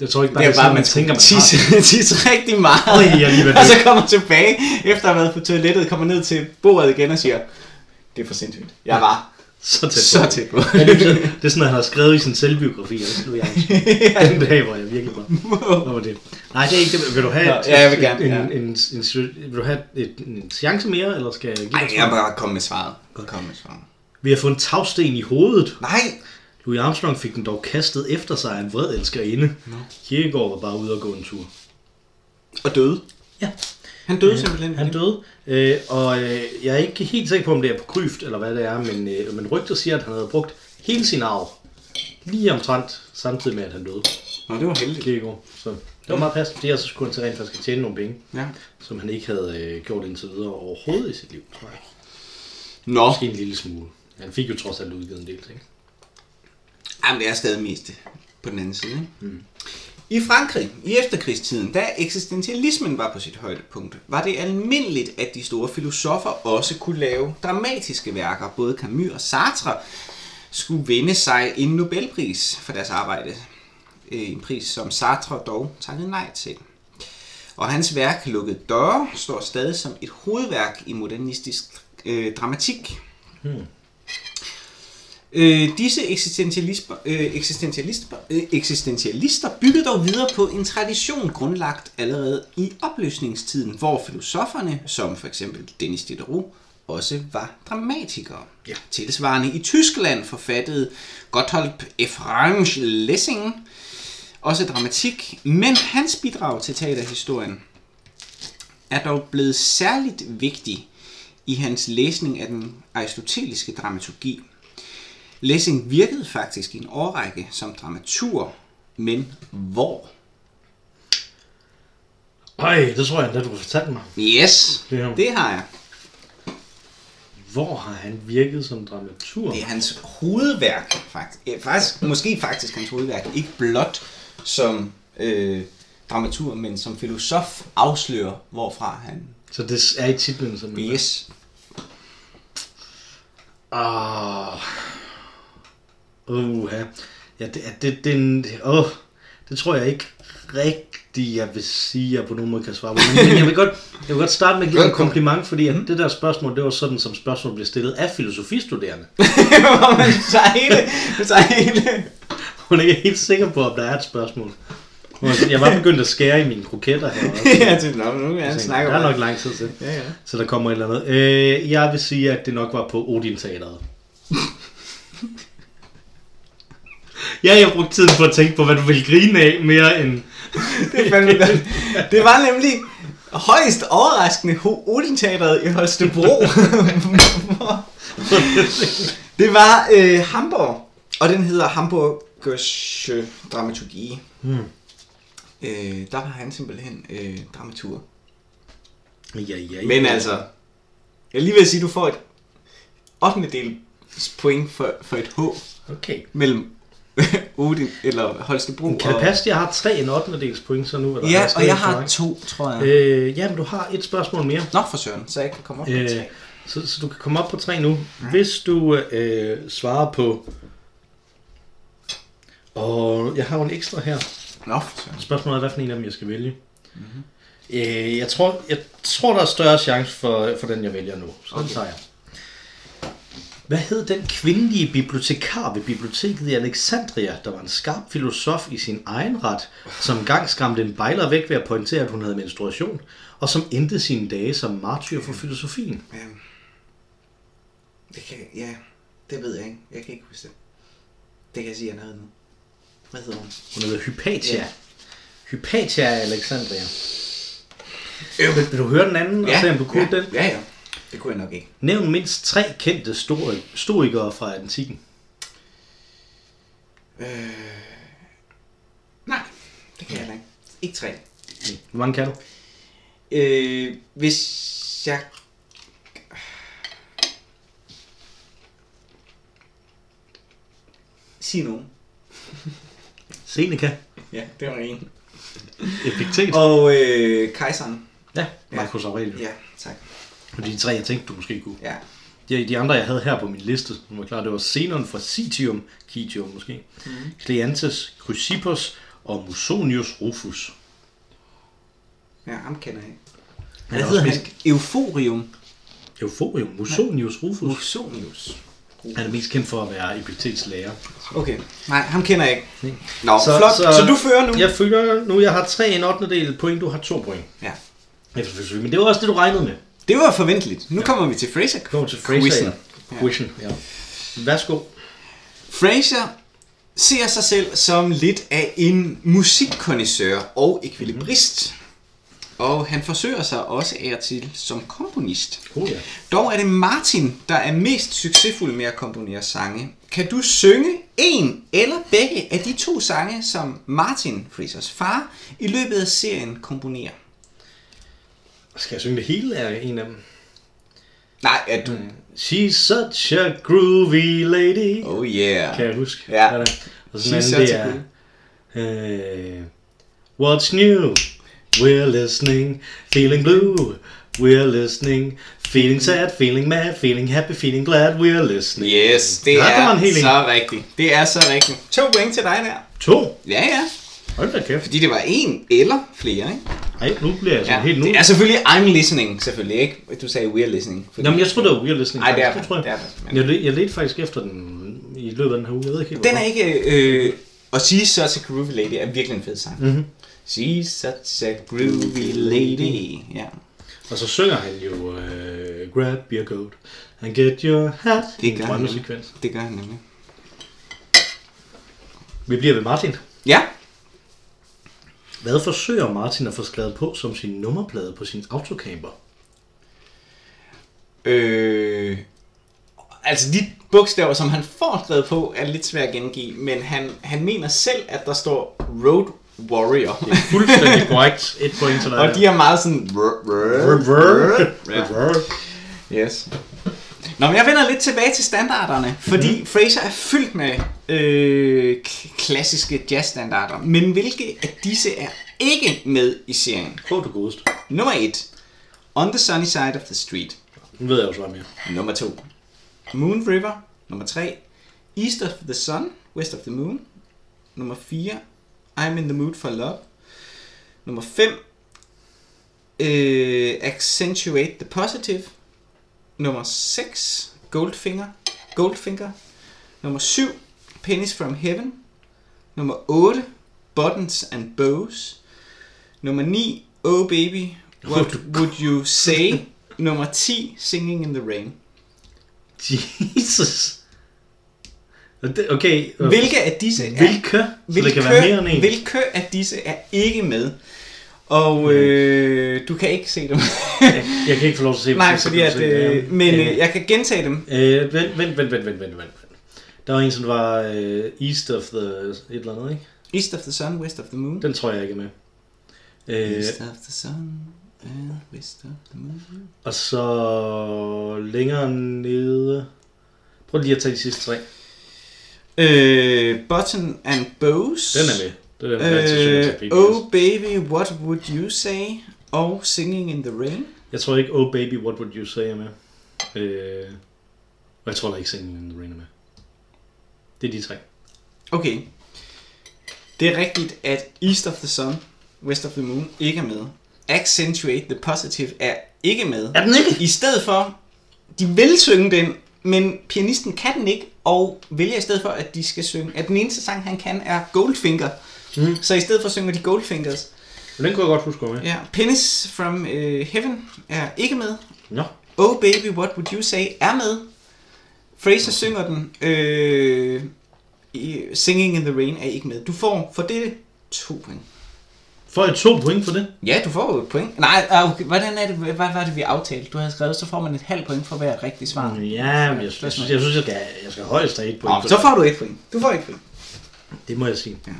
Det tror jeg ikke
Det
bare,
er jo bare, at man
sådan,
tænker,
man
man
tænker, man har.
tisse, tisse rigtig meget.
Øj, jeg er lige ved at dø.
og så kommer tilbage, efter at have været på toilettet, kommer ned til bordet igen og siger, det er for sindssygt. Jeg var
Så tæt på.
så tæt på.
Ja, [laughs] det,
[laughs]
er sådan- det er sådan, at han har skrevet i sin selvbiografi. Og nu er jeg altså- den dag, hvor jeg virkelig var. Hvad var det? Nej, det er ikke det. Vil du have,
Nå, ja, jeg vil gerne,
en,
ja.
en, en, en, vil du have et, en chance mere, eller skal jeg give dig
Nej,
et
jeg
svar?
bare komme med svaret. Kom med svaret.
Vi har fået en tagsten i hovedet.
Nej,
Louis Armstrong fik den dog kastet efter sig af en vred elskerinde. No. Kierkegaard var bare ude og gå en tur.
og døde.
Ja.
Han døde simpelthen.
Han døde, øh, og øh, jeg er ikke helt sikker på, om det er på kryft, eller hvad det er, men, øh, men rygter siger, at han havde brugt hele sin arv, lige omtrent samtidig med, at han døde.
Nå, det var heldigt.
Kierkegaard. Så det var meget passende, fordi jeg så skulle han til rent faktisk tjene nogle penge,
Ja.
som han ikke havde øh, gjort indtil videre overhovedet i sit liv, tror jeg.
Nå,
Måske en lille smule. Han fik jo trods alt udgivet en del ting.
Jamen, det er stadig mest på den anden side. Ikke? Mm. I Frankrig, i efterkrigstiden, da eksistentialismen var på sit højdepunkt, var det almindeligt, at de store filosofer også kunne lave dramatiske værker. Både Camus og Sartre skulle vinde sig en Nobelpris for deres arbejde. Øh, En pris, som Sartre dog takkede nej til. Og hans værk Lukkede døre står stadig som et hovedværk i modernistisk øh, dramatik. Øh, disse eksistentialister, øh, eksistentialister, øh, eksistentialister byggede dog videre på en tradition grundlagt allerede i opløsningstiden, hvor filosoferne, som for eksempel Denis Diderot, også var dramatikere. Ja. Tilsvarende i Tyskland forfattede Gotthold Efrange Lessing også dramatik, men hans bidrag til teaterhistorien er dog blevet særligt vigtig i hans læsning af den aristoteliske dramaturgi. Lessing virkede faktisk i en årrække som dramatur, men hvor?
Ej, det tror jeg endda, du fortalte mig.
Yes,
Det har-
det har jeg.
Hvor har han virket som dramaturg?
Det er hans hovedværk, faktisk. Ja, faktisk måske faktisk hans hovedværk, ikke blot som øh, dramatur, men som filosof afslører, hvorfra han...
Så det er i titlen, som
Yes.
Ah. Uha. Ja, det, er- det, det, er en- åh, det tror jeg ikke rigtigt, jeg vil sige, jeg på nogen måde kan svare på. Men men jeg vil godt, jeg vil godt Mhm. starte med at give dig en
Velkommen.
kompliment, fordi at det der spørgsmål, det var sådan, som spørgsmål blev stillet af filosofistuderende.
Hvor man tager hele... Man tager hele...
Hun er ikke helt sikker på, om der er et spørgsmål. Hun er sådan, Jeg var begyndt at skære i mine kroketter her. også.
ja, det, nå, nu er han
Tænkte,
snakker
Der er
om
nok lang tid til.
Ja, ja.
Så der kommer et eller andet. Øh, jeg vil sige, at det nok var på Odin
[laughs]
Teateret. ja, jeg brugte tiden på at tænke på, hvad du ville grine af mere end...
det, er fandme godt. det var nemlig... højst overraskende Odin Teateret i Holstebro. det var øh, Hamburg, og den hedder Hamburgersche Dramaturgie.
Mm.
Øh, der var han simpelthen øh, dramaturg.
Ja, ja, ja.
Men altså, jeg er lige ved at sige, at du får et 8. del point for, for et H
Okay.
mellem [laughs] Odin, eller Holstebro
Kan det
og...
passe, at jeg har tre en 8. dels point så nu? Eller
Ja,
er det
og jeg
stadig for
har
mig?
to, tror jeg.
Øh, ja, men du har et spørgsmål mere.
Nå for søren, så jeg kan komme op på
Øh,
tre.
så, så du kan komme op på tre nu. Hvis du øh, svarer på... Og jeg har jo en ekstra her.
Nå for søren.
Spørgsmålet er, hvad for en af dem jeg skal vælge.
Mhm.
Mm-hmm. Øh, jeg, tror, jeg tror, der er større chance for, for den, jeg vælger nu. Så okay. den
Okay.
tager jeg. Hvad hed den kvindelige bibliotekar ved biblioteket i Alexandria, der var en skarp filosof i sin egen ret, som engang skræmte en bejler væk ved at pointere, at hun havde menstruation, og som endte sine dage som martyr for filosofien?
Ja. Det kan, ja, det ved jeg ikke. Jeg kan ikke huske det. Det kan jeg sige, jeg havde nu. Hvad hedder hun?
Hun hedder Hypatia.
Ja.
Yeah. Hypatia af Alexandria. Vil, vil du høre den anden og se, om du kunne
Øhm. ja,
den?
Ja, ja. Det kunne jeg nok ikke.
Nævn mindst tre kendte store, historikere fra antikken.
Nej, det kan jeg heller ikke. Ikke tre.
Hvor mange kan du?
Øh, hvis jeg... Sig nogen.
Seneca.
Ja, det var en.
Epiktet.
Og øh, kejseren.
Ja, Marcus Aurelius.
Ja, tak.
Det var de tre, jeg tænkte, du måske kunne.
Ja.
De, de andre, jeg havde her på min liste, som var klar, det var Zenon fra Citium, Citium måske, mm. Cleantes, Chrysippos og Musonius Rufus.
Ja, ham kender jeg ikke.
Han
Hvad
er
hedder
også
han? Euforium
Euforium, Musonius Rufus.
Musonius.
Han er mest kendt for at være Epiktets lærer.
Okay. Nej, ham kender jeg ikke. Nå,
Så-
så, flot.
så-
Så, så du fører nu?
Jeg følger nu, jeg har 3 en 8. del point, du har 2 point.
ja.
Efter forsøg, men det var også det, du regnede med.
Det var forventeligt. Nu kommer vi til Fraser.
Kom til Fraser.
Quizzen.
Ja. Quizzen, ja. Værsgo.
Fraser ser sig selv som lidt af en musikkondisseur og ekvilibrist. Og han forsøger sig også af og til som komponist.
Cool, ja.
Dog er det Martin, der er mest succesfuld med at komponere sange. Kan du synge en eller begge af de to sange, som Martin, Frasers far, i løbet af serien komponerer?
Skal jeg synge det hele af en af dem?
Nej, er du...
She's such a groovy lady. Oh.
Oh yeah.
Kan jeg huske?
Ja.
Hvad er det? Og sådan
She's
en anden,
such
det
a
er... Øh, what's new? We're listening, feeling blue. We're listening, feeling sad, feeling mad, feeling happy, feeling glad. We're listening.
Yes, det
Ja, det var
er
en hel en.
så rigtigt. Det er så rigtigt. To point til dig der.
To.
Ja, ja.
Hold da kæft.
Fordi det var en eller flere, ikke?
Ej, nu bliver jeg sådan
Ja.
ja, helt nu.
Det er selvfølgelig I'm listening, selvfølgelig, ikke? Du sagde we're listening. Fordi...
Nå, men jeg tror, det var We're Listening.
Ej, det er
faktisk.
det.
tror jeg.
Det er det, men-
Jeg, led, jeg ledte faktisk efter den i løbet af den her uge. Jeg ved ikke helt,
Den er ikke... Øh, og She's Such a Groovy Lady er virkelig en fed sang. Mm-hmm. She's Such a Groovy Lady. Ja.
hvorfor. Og så synger han jo øh, Grab your goat and get your hat.
Det
en
gør han
drømmesekvens.
Det gør han nemlig.
Vi bliver ved Martin.
Ja.
Hvad forsøger Martin at få skrevet på som sin nummerplade på sin autocamper?
Øh, altså de bogstaver, som han får skrevet på, er lidt svært at gengive, men han, han mener selv, at der står Road Warrior. [laughs]
Fuldstændig korrekt. Et point til dig.
Og de er meget sådan... "Rrr, rrr, rrr." Ja. Yes. Nå, men jeg vender lidt tilbage til standarderne, fordi mm-hmm. Fraser er fyldt med øh, k- klassiske jazzstandarder, men hvilke af disse er ikke med i serien?
Prøv du godest.
Nummer 1. On the Sunny Side of the Street.
Nu ved jeg jo så mere.
Nummer 2. Moon River. Nummer 3. East of the Sun, West of the Moon. Nummer 4. I'm in the Mood for Love. Nummer 5. Øh, accentuate the Positive. Nummer 6. Goldfinger. Goldfinger. Nummer 7. Pennies from Heaven. Nummer 8. Buttons and Bows. Nummer 9. Oh Baby, [laughs] What Would You Say? Nummer 10. Singing in the Rain.
Jesus. Og det- Okay. øh,
Hvilke af disse er,
Hvilke? Så det kan være mere end en.
hvilke af disse er ikke med? Og øh, du kan ikke se dem.
Jeg kan ikke få lov til at se
Nej,
præcis,
fordi
hvad du
at,
siger.
øh, men
Ja.
øh, jeg kan gentage dem.
Øh, vent, vent, vent, vent, vent, vent, vent. Der var en, som var øh, East of the et eller andet, ikke?
East of the sun, west of the moon.
Den tror jeg ikke er med. Øh,
East of the sun, and west of the moon.
og så længere nede... Prøv lige at tage de sidste tre.
Øh, button and bows.
Den er med. Det er den, der øh,
Øh,
til
oh baby, what would you say? Og Singing in the Rain.
Jeg tror ikke, Oh Baby, What Would You Say er med. Øh, og jeg tror da ikke, Singing in the Rain er med. Det er de tre.
Okay. Det er rigtigt, at East of the Sun, West of the Moon ikke er med. Accentuate the Positive er ikke med.
Er den ikke?
I stedet for, de vil synge den, men pianisten kan den ikke, og vælger i stedet for, at de skal synge. At den eneste sang, han kan, er Goldfinger.
Mm.
Mm. Så i stedet for synger de Goldfingers.
Men den kunne jeg godt huske, at med.
Ja, Penis from uh, Heaven er ikke med.
Nå,
Oh Baby, What Would You Say er med. Fraser synger den. Øh, i- Singing in the Rain er ikke med. Du får for det to point.
får jeg to point for det?
Ja, du får jo et point. Nej, ah, okay. hvordan er det, hvad var det, vi aftalte? Du havde skrevet, så får man et halvt point for hver rigtig svar. Mm.
Ja, men jeg, jeg, synes, jeg synes, jeg skal, jeg skal højst have et point.
Nå, så får du et point. Du får et point.
Det må jeg sige.
Ja.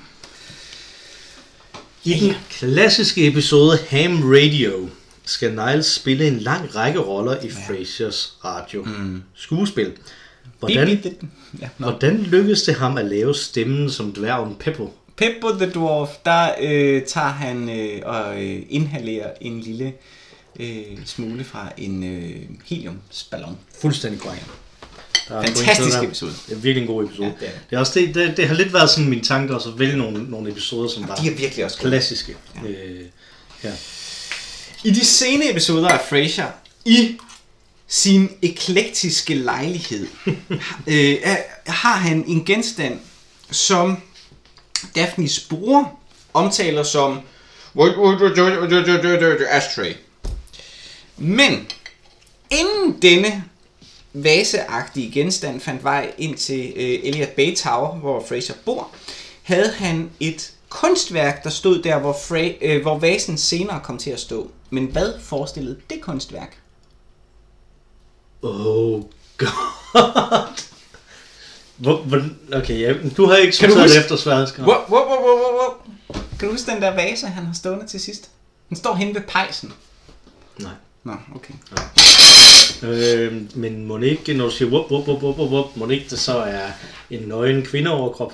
I den klassiske episode Ham Radio skal Niles spille en lang række roller i Frasers radio mm. skuespil. Hvordan,
Beep, beep, beep. Ja, nå.
hvordan lykkedes det ham at lave stemmen som dværgen Peppo?
Peppo the Dwarf, der øh, tager han øh, og øh, inhalerer en lille øh, smule fra en øh, heliumsballon.
Fuldstændig korrekt. Der er en
Fantastisk
pointe der.
episode.
Det er virkelig en god episode.
Ja, det er det.
det, er. Det, er også det, det, det har lidt været sådan mine tanker også at vælge nogle, nogle episoder, som var
De er virkelig også gode.
klassiske. Ja. Øh, ja.
I de sene episoder af Frasier, i sin eklektiske lejlighed, øh, er- har han en genstand, som Daphnes bror omtaler som ashtray. Men inden denne vaseagtige genstand fandt vej ind til øh, Elliot Bay Tower, hvor Fraser bor, havde han et kunstværk, der stod der, hvor, Fra- øh, hvor vasen senere kom til at stå. Men hvad forestillede det kunstværk?
Oh god. Hvor, hvor, okay, ja, men du har ikke
Kan du
sorteret
huske-
efter sværdskab.
Wow, wow, wow, wow, wow, wow. Kan du huske den der vase, han har stående til sidst? Den står henne ved pejsen.
Nej.
Nå, okay.
Øh, men må det ikke, når du siger wup, wup, wup, wup, wup, wup, må det ikke, det så er en nøgen kvindeoverkrop?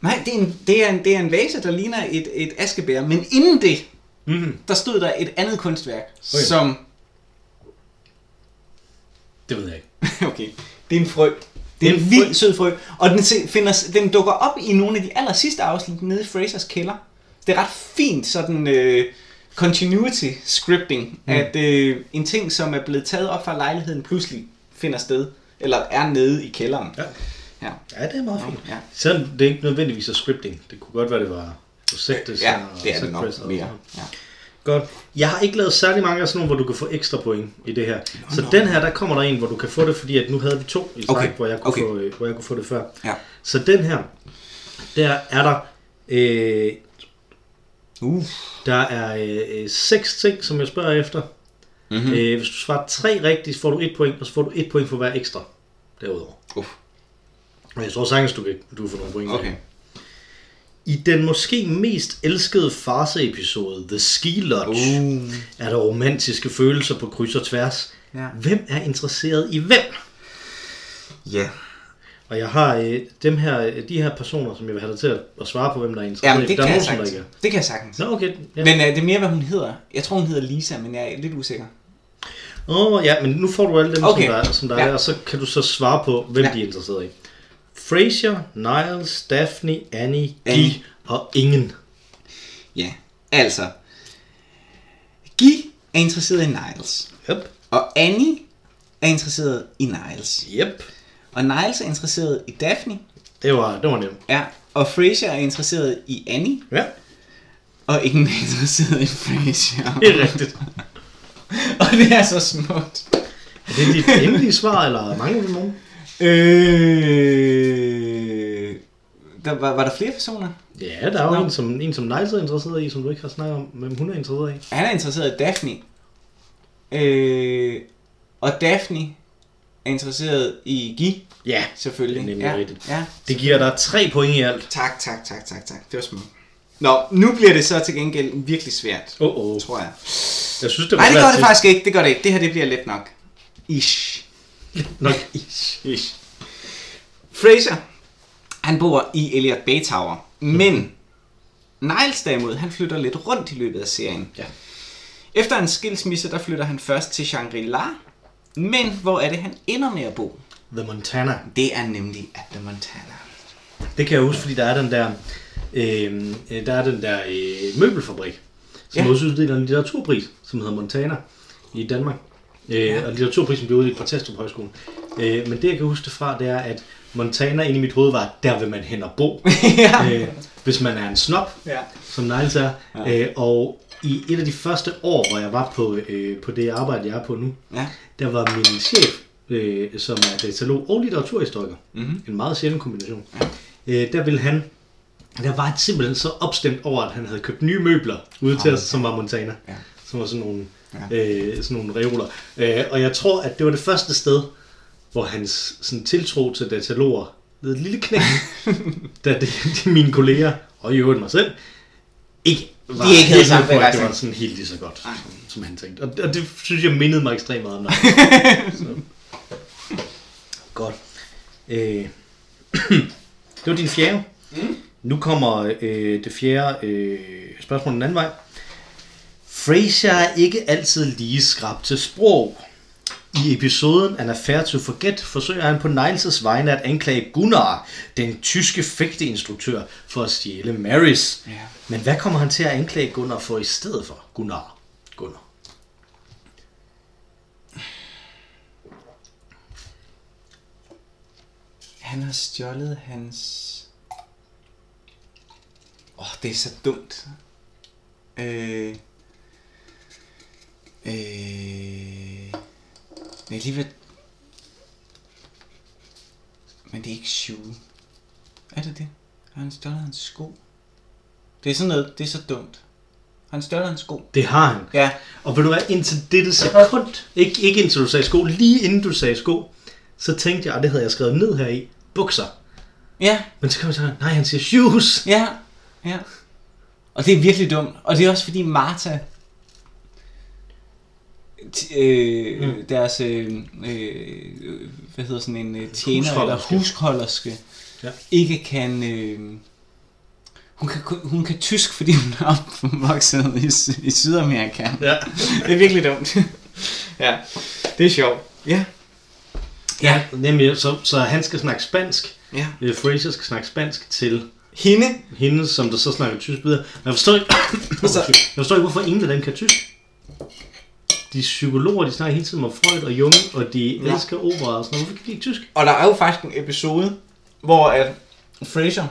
Nej, det er en, det er en, det er en vase, der ligner et, et askebær. Men inden det,
Mm,
der stod der et andet kunstværk,
Okay.
okay. som... [laughs]
det ved jeg ikke.
Okay, det er en frø. Det er en,
En
en
frø.
vild sød frø. Og den, se- finder, s- den dukker op i nogle af de aller sidste afsnit nede i Frasers kælder. Det er ret fint sådan øh, continuity scripting, mm. at øh, en ting, som er blevet taget op fra lejligheden, pludselig finder sted, eller er nede i kælderen.
Ja.
ja.
Ja, det er meget fint.
Ja.
Selvom det ikke nødvendigvis er scripting. Det kunne godt være, det var Rosettes
Ja,
og
det er det nok
Setpress og sådan
mere.
noget.
Ja.
Godt. Jeg har ikke lavet særlig mange af sådan nogle, hvor du kan få ekstra point i det her. så
nå.
den her, der kommer der en, hvor du kan få det, fordi at nu havde vi to i træk,
Okay,
hvor, jeg kunne
okay.
få, øh, hvor jeg kunne få det før.
ja.
Så den her, der er der, øh,
Uh.
der er øh, øh, seks ting, som jeg spørger efter.
Mhm.
Mm-hmm. Øh, hvis du svarer tre rigtigt, får du et point, og så får du et point for hver ekstra derudover.
Uh.
Og jeg tror sagtens, du kan, du kan få nogle point. med.
Okay.
I den måske mest elskede farse-episode, The Ski Lodge,
Uh.
er der romantiske følelser på kryds og tværs.
Ja.
Hvem er interesseret i hvem?
Ja.
Og jeg har øh, dem her, øh, de her personer, som jeg vil have dig til at- at svare på, hvem der er interesseret.
Jamen,
i.
det
der
kan
er
jeg
nogen, som der
sagtens.
ikke er.
Det kan jeg sagtens.
Nå, okay. Ja.
Men øh, det er mere, hvad hun hedder. Jeg tror, hun hedder Lisa, men jeg er lidt usikker.
Åh, oh, ja, men nu får du alle dem, okay.
Okay.
som der, er- som der ja.
Ja.
er, og så kan du så svare på, hvem ja.
Ja.
de er interesseret i. Frasier, Niles, Daphne, Annie, Guy
Annie.
og ingen.
Ja, altså. Guy er interesseret i Niles.
Yep.
Og Annie er interesseret i Niles.
Yep.
Og Niles er interesseret i Daphne.
Det var, det var nemt.
Ja, og Frasier er interesseret i Annie.
Ja,
Og ingen er interesseret i Frasier.
det er rigtigt.
[laughs] og det er så smukt.
Er det dit endelige svar, eller mangler du nogen?
Øh... Der, var, var der flere personer?
Ja, der er jo
Nå.
en som, en, som Niles er interesseret i, som du ikke har snakket om, hvem hun er interesseret i.
Han er interesseret i Daphne. Øh, og Daphne er interesseret i Gi,
Ja,
selvfølgelig.
Det er nemlig
ja,
rigtigt.
Ja.
det giver dig tre point i alt.
Tak, tak, tak, tak, tak. Det var smukt. Nå, nu bliver det så til gengæld virkelig svært,
Åh, oh, oh.
tror jeg.
jeg synes, det var
Nej, det
svært
gør det
sidst.
faktisk ikke. Det gør det ikke. Det her, det bliver let nok. Ish.
Nok.
Ish. Fraser, han bor i Elliot Bay Tower, men Niles derimod, han flytter lidt rundt i løbet af serien.
Ja.
Efter en skilsmisse, der flytter han først til Shangri-La, men hvor er det, han ender med at bo?
The Montana.
Det er nemlig Atta Montana.
Det kan jeg huske, fordi der er den der, øh, øh, der, er den der øh, møbelfabrik, som
Ja.
ja. også uddeler en litteraturpris, som hedder Montana i Danmark. Øh, ja. Og litteraturprisen blev uddelt på Testrup Højskolen. Øh, men det, jeg kan huske det fra, det er, at Montana inde i mit hoved var, der vil man hen og
[laughs]
bo.
ja.
øh, hvis man er en snob,
ja.
som Niles er. Ja. Øh, og i et af de første år, hvor jeg var på, øh, på det arbejde, jeg er på nu,
Ja.
der var min chef, øh, som er datalog og litteraturhistoriker, mm-hmm. en meget sjælden kombination, øh, der ville han, der var han simpelthen så opstemt over, at han havde købt nye møbler ude til os, som var Montana,
Ja.
som var sådan nogle, øh, sådan nogle reoler. Øh, og jeg tror, at det var det første sted, hvor hans sådan, tiltro til dataloger led et lille [laughs] knæk, da de, de, mine kolleger, og i øvrigt mig selv, ikke var
De ikke havde
helt
samme
med på, at det
begejstring.
var sådan helt lige så godt, som, som han tænkte. Og, og det synes jeg mindede mig ekstremt meget om [laughs] dig. Så. Godt. Øh. [clears throat] det var din fjerde. Mm. Nu kommer øh, det fjerde øh, spørgsmål den anden vej. Frasier er ikke altid lige skrab til sprog. I episoden An Affair to Forget forsøger han på Niles' vegne at anklage Gunnar, den tyske fægteinstruktør, for at stjæle Marys.
Ja.
Men hvad kommer han til at anklage Gunnar for i stedet for? Gunnar. Gunnar.
Han har stjålet hans... Åh, oh, det er så dumt. Øh... Øh... Jeg er lige ved... Men det er ikke shoe. Er det det? Har han stjålet hans sko? Det er sådan noget, det er så dumt. Har han stjålet hans sko?
Det har han.
Ja.
Og vil du være indtil dette sekund, ikke, ikke indtil du sagde sko, lige inden du sagde sko, så tænkte jeg, og det havde jeg skrevet ned her i, bukser.
Ja,
Men så kom jeg til, nej, han siger shoes.
Ja, ja. Og det er virkelig dumt. Og det er også fordi Martha, t- øh, mm. deres, øh, øh, hvad hedder sådan en øh, tjener eller
Husholderske.
husholderske, ja.
Ja.
ikke kan... Øh, hun kan, kun- hun kan tysk, fordi hun er opvokset i, Sy- i Sydamerika.
Ja.
Det er virkelig dumt. [laughs] ja, det er sjovt. Ja. Ja.
Nemlig, så, så han skal snakke spansk.
ja.
Øh, Fraser skal snakke spansk til
Hende,
hende, som der så snakker tysk videre. Men jeg [coughs] forstår ikke, Undskyld. jeg forstår ikke hvorfor ingen af dem kan tysk. De psykologer, de snakker hele tiden om Freud og Jung, og de
Ja.
elsker opera og sådan noget. Hvorfor kan de ikke tysk?
Og der er jo faktisk en episode, hvor at Fraser,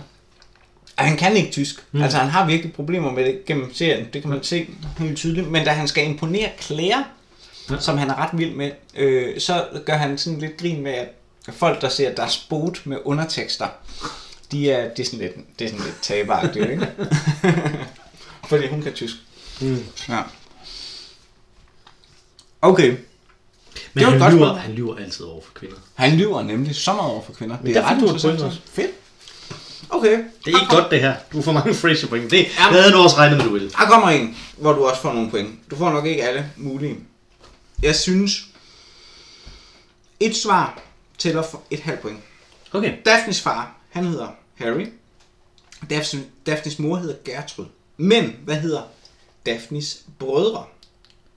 at han kan ikke tysk. Mm. Altså han har virkelig problemer med det gennem serien. Det kan man se helt tydeligt. Men da han skal imponere Claire, ja.
Ja.
som han er ret vild med, øh, så gør han sådan lidt grin med, at folk, der ser der er spot med undertekster, de er, det er sådan lidt, det er sådan lidt taberagtigt,
[laughs]
ikke? Fordi hun kan tysk.
Mm.
Ja. Okay.
Men
var et godt
han lyver,
spørgsmål.
han lyver altid over for kvinder.
Han lyver nemlig så meget over for kvinder. Det
der
er ret
fik du et point
interessant.
også.
Fedt. Okay.
Det er ikke godt, det her. Du får mange Fraser point. Det jeg havde jeg nu også regnet med, du ville.
Der kommer en, hvor du også får nogle point. Du får nok ikke alle mulige. Jeg synes, et svar tæller for et halvt point.
Okay.
Daphnes far, han hedder Harry. Daphnes, Daphnes mor hedder Gertrud. Men hvad hedder Daphnes brødre?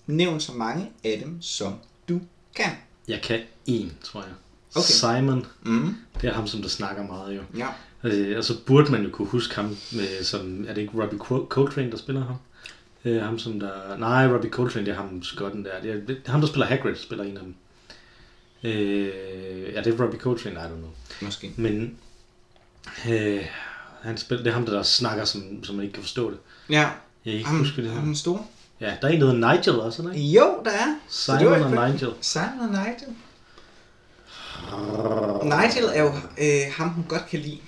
Nævn så mange af dem, som du kan.
Jeg kan en, tror jeg.
Okay.
Okay. Simon,
Mm.
det er ham, som der snakker meget jo.
Ja.
Øh, og så burde man jo kunne huske ham med, som, er det ikke Robbie Col- Coltrane, der spiller ham? Øh, ham som der, nej, Robbie Coltrane, det er ham skotten der. Det er, det er ham, der spiller Hagrid, spiller en af dem. Øh, ja, det er Robbie Coltrane, I don't know.
Måske.
Men øh, han spiller, det er ham, der, der snakker, som, som man ikke kan forstå det.
Ja.
Jeg kan ikke
Ham,
huske det
ham
her.
den store.
Ja, der er en, der hedder Nigel også, er der ikke?
Jo, der er. Så det var
Simon
et
og
point.
Nigel.
Simon og Nigel. Nigel er jo øh, ham, hun godt kan lide.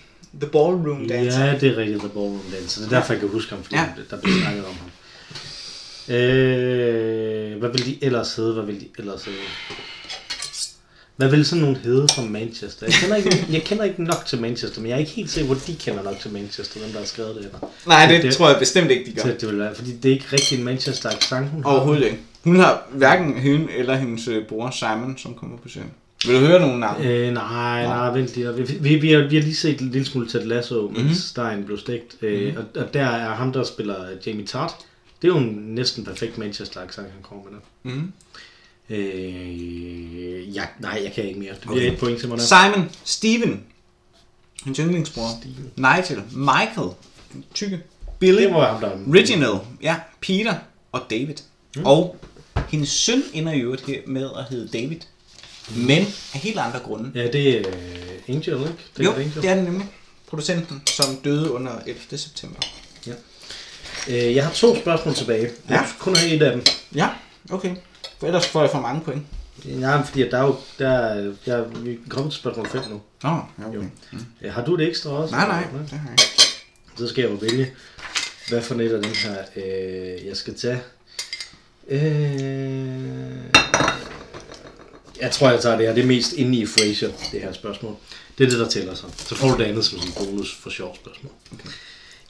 The Ballroom Dancer.
Ja, det er rigtigt, The Ballroom Dancer. Det er derfor, jeg kan huske ham, fordi
Ja.
ja. der blev snakket om ham. Øh, hvad vil de ellers hedde? Hvad vil de ellers hedde? Hvad vil sådan nogle hedde fra Manchester? Jeg kender, ikke, jeg kender ikke nok til Manchester, men jeg er ikke helt sikker, hvor de kender nok til Manchester, dem der har skrevet det. Eller.
Nej, det,
Det-
tror jeg bestemt ikke, de gør.
Så det vil være, fordi det er ikke rigtig en Manchester accent, hun har.
Overhovedet ikke. Hun har hverken hende eller hendes øh, bror Simon, som kommer på besøg. Vil du høre nogle navne?
Øh, nej, nej, vent lige. Vi, vi, vi, har, vi har lige set en lille smule Ted Lasso,
Mhm.
mens mm-hmm. Stein blev stegt. Øh, mm-hmm. og, og der er ham, der spiller Jamie Tart. Det er jo en næsten perfekt Manchester-accent, han kommer med der.
Mhm.
Øh, ja, nej, jeg kan ikke mere. Det bliver
Okay.
okay. et point til mig der.
Simon, Steven, hendes yndlingsbror, Nigel, Michael, den tykke, Billy,
det var ham, der...
Reginald, ja, Peter og David. Mm. Og hendes søn ender i øvrigt her med at hedde David. Men af helt andre grunde.
Ja, det er øh, Angel, ikke? Det
jo,
er Angel.
det er det nemlig. Producenten, som døde under 11. september.
Øh, jeg har to spørgsmål tilbage. Jeg
Ja.
ja. kun have et af dem.
Ja, okay. For ellers får jeg for mange point.
Nej, men fordi at der er jo... Der, er- der, er- vi er kommet til spørgsmål 5 nu.
Nå, ja, okay.
Jo. Øh, har du et ekstra også?
Mm. Nej, nej, det har jeg ikke.
Så skal jeg jo vælge, hvad for net af dem her, øh, jeg skal tage. Øh, jeg tror, jeg tager det her. Det er mest inde i Fraser, det her spørgsmål. Det er det, der tæller sig. Så får du det andet som sådan en bonus for sjov spørgsmål. Okay.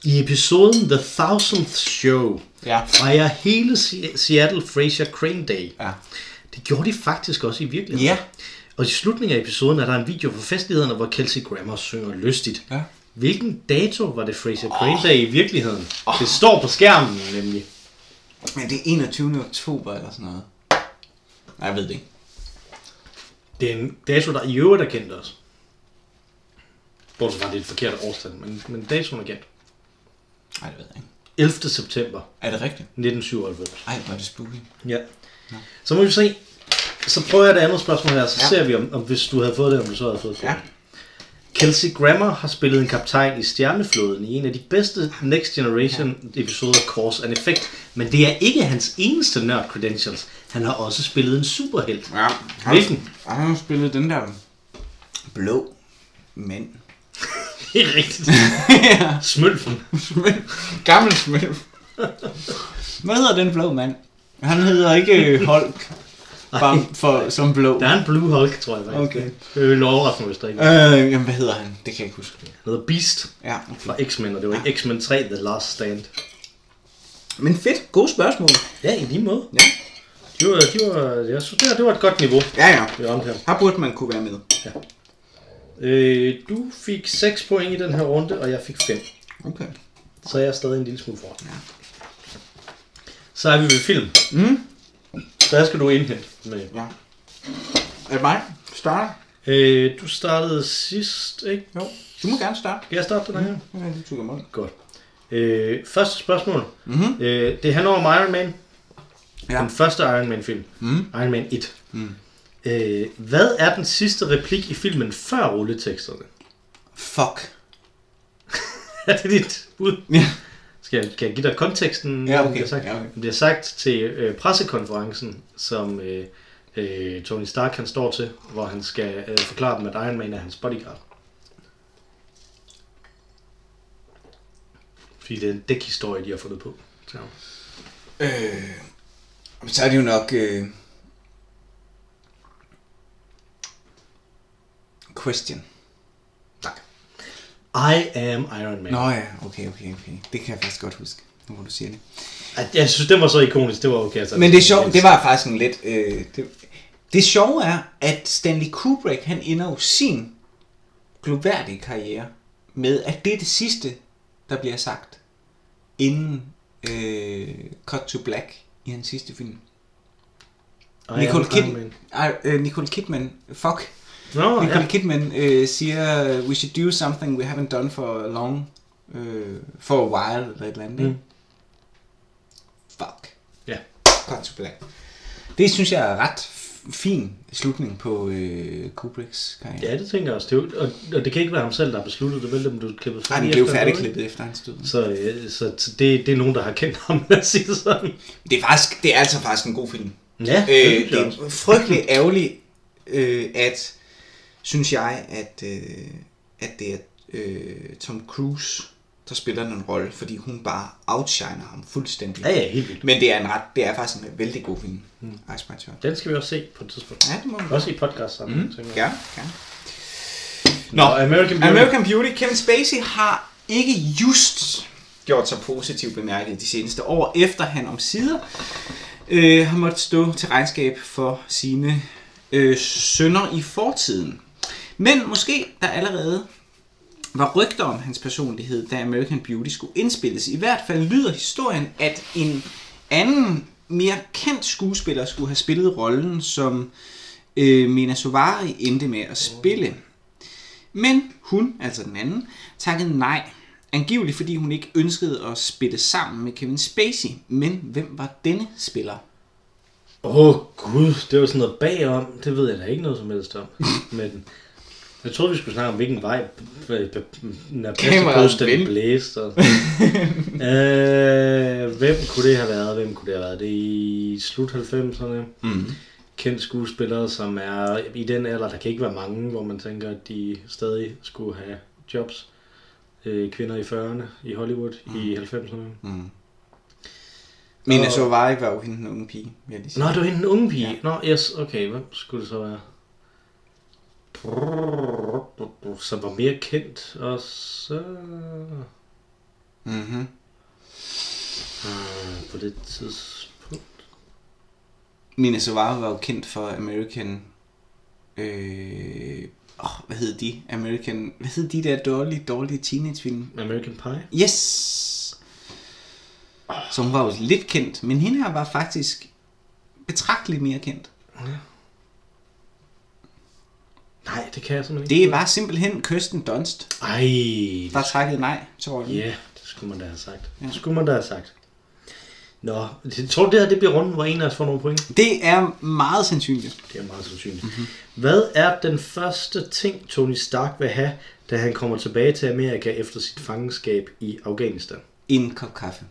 I episoden The Thousandth Show
Ja.
fejrer hele Se- Seattle Fraser Crane Day.
Ja.
Det gjorde de faktisk også i virkeligheden.
Ja.
Og i slutningen af episoden er der en video fra festlighederne, hvor Kelsey Grammer synger lystigt.
Ja.
Hvilken dato var det Fraser Crane Day i virkeligheden? Det står på skærmen nemlig.
Men det er 21. oktober eller sådan noget. Nej, jeg ved det ikke.
Det er en dato, der i øvrigt er kendt også. Bortset fra, at det er et forkert årstal, men, men datoen er kendt.
Nej, det ved jeg ikke.
11. september
Er det rigtigt?
1997.
Nej, hvor er det spooky.
Ja. Så må vi se. Så prøver jeg det andet spørgsmål her, så
Ja.
ja. ser vi, om, om hvis du havde fået det, om du så havde fået det.
Ja.
Kelsey Grammer har spillet en kaptajn i Stjerneflåden i en af de bedste Next Generation episoder af Course and Effect, men det er ikke hans eneste nerd credentials. Han har også spillet en superhelt.
ja.
Hvilken?
Han har spillet den der blå mand.
Det er rigtigt.
[laughs]
Smølfen.
Gammel smil. Hvad hedder den blå mand? Han hedder [laughs] ikke øh, Hulk. Bare for, som blå.
Der er en Blue Hulk, tror jeg faktisk.
Okay.
Det er jo overraskende, hvis der ikke er.
Øh, jamen, hvad hedder han? Det kan jeg ikke huske.
Han hedder Beast
Ja, okay.
fra X-Men, og det var i X-Men 3 The Last Stand.
Men fedt. Gode spørgsmål.
Ja, i lige måde.
Ja.
De var, de var, jeg synes, det, her, det var et godt niveau,
Ja, ja.
vi ramte her.
Her burde man kunne være med.
Øh, du fik 6 point i den her runde, og jeg fik 5.
Okay.
Så er jeg stadig en lille smule foran. Ja. Så er vi ved film. Mm. Der skal du indhente med.
Ja. Er det mig? Start?
Øh, du startede sidst, ikke?
Jo. Du må gerne starte.
Kan jeg starte den her? Mm.
Jeg lige tukke imod.
Godt. Øh, første spørgsmål.
Mhm.
Øh, det handler om Iron Man.
Ja.
Ja. Den første Iron Man-film.
Mhm.
Iron Man 1. Mm. Øh, hvad er den sidste replik i filmen før rulleteksterne?
Fuck.
er [laughs] det dit bud?
Ja.
Skal jeg, kan jeg give dig konteksten?
Ja,
hvad den
okay.
bliver sagt?
Ja, okay.
Den bliver sagt til øh, pressekonferencen, som øh, øh, Tony Stark han står til, hvor han skal øh, forklare dem, at Iron Man er hans bodyguard. Fordi det er en dækhistorie, de har fundet på. Så.
Øh, men så er det jo nok... Øh... Question.
Tak. I am Iron Man.
Nå
No.
ja, okay, okay, okay. Det kan jeg faktisk godt huske, nu hvor du siger det.
Jeg synes, den var så ikonisk. Det var okay. Altså,
Men det er sjovt, det var faktisk en lidt... Øh, det, det sjove er, at Stanley Kubrick, han ender jo sin gloværdige karriere med, at det er det sidste, der bliver sagt, inden øh, Cut to Black i hans sidste film.
I
Nicole,
am Iron
Kid,
Man.
Ej, øh, Nicole Kidman, fuck,
Nå,
Nicole
ja.
ja. Kidman øh, siger, we should do something we haven't done for a long, øh, for a while, eller et eller andet. Mm.
Mm.
Fuck.
Ja.
Cut to black. Det synes jeg er ret f- fin slutning på øh, Kubricks karriere.
ja, det tænker jeg også. Det er, jo- og, og det kan ikke være ham selv, der har besluttet det, vel, om du klippede
Nej, den
lige
blev
efter noget, ikke?
færdigklippet efter hans død.
Så, øh, så t- det, det er nogen, der har kendt ham, lad os sige det sådan.
Det er, faktisk, det er altså faktisk en god film.
Ja,
Øh, det er frygtelig ærgerligt, øh, at, synes jeg, at, øh, at det er øh, Tom Cruise, der spiller den en rolle, fordi hun bare outshiner ham fuldstændig.
Ja, ja, helt vildt.
Men det er, en ret, det er faktisk en vældig god film, mm. Ice White Shot.
Den skal vi også se på et tidspunkt.
Ja, det må man
Også i podcast sammen. Mm.
Ja, ja.
Nå, American Beauty.
American Beauty, Kevin Spacey har ikke just gjort sig positivt bemærket de seneste år, efter han om sider øh, har måttet stå til regnskab for sine øh, sønder i fortiden. Men måske der allerede var rygter om hans personlighed, da American Beauty skulle indspilles. I hvert fald lyder historien, at en anden, mere kendt skuespiller skulle have spillet rollen, som øh, Mina Sovari endte med at spille. Men hun, altså den anden, takkede nej. Angiveligt fordi hun ikke ønskede at spille sammen med Kevin Spacey. Men hvem var denne spiller?
Åh oh, gud, det var sådan noget bagom. Det ved jeg da ikke noget som helst om.
[laughs]
Men jeg troede, vi skulle snakke om, hvilken vej b- b- b- når
Kameraet
bedsteposten
vendte. [laughs]
blæste. Og... øh, hvem kunne det have været? Hvem kunne det have været? Det er i slut 90'erne. Mm. Kendte skuespillere, som er i den alder, der kan ikke være mange, hvor man tænker, at de stadig skulle have jobs. Øh, kvinder i 40'erne i Hollywood mm. i 90'erne. Mm.
Mina
Og-
Sovari var jo hende den unge pige, vil jeg lige sige.
Nå, det var hende den unge pige. Ja. Nå, yes, okay, hvem skulle det så være? Som var mere kendt, øh, og så...
Mm-hmm.
Øh, På det tidspunkt...
Mina Sovari var jo kendt for American... Øh, oh, hvad hed de? American... Hvad hed de der dårlige, dårlige teenagefilm?
American Pie?
Yes! Så hun var jo lidt kendt, men hende her var faktisk betragteligt mere kendt.
Nej, det kan jeg simpelthen ikke.
Det var simpelthen Kirsten Dunst,
Ej, det-
der takkede nej til rollen.
ja, det skulle man da have sagt. Det skulle man da have sagt. Nå, jeg tror, det her det bliver runden, hvor en af os får nogle point.
Det er meget sandsynligt.
Det er meget sandsynligt. Mm-hmm. Hvad er den første ting, Tony Stark vil have, da han kommer tilbage til Amerika efter sit fangenskab i Afghanistan?
En kop kaffe.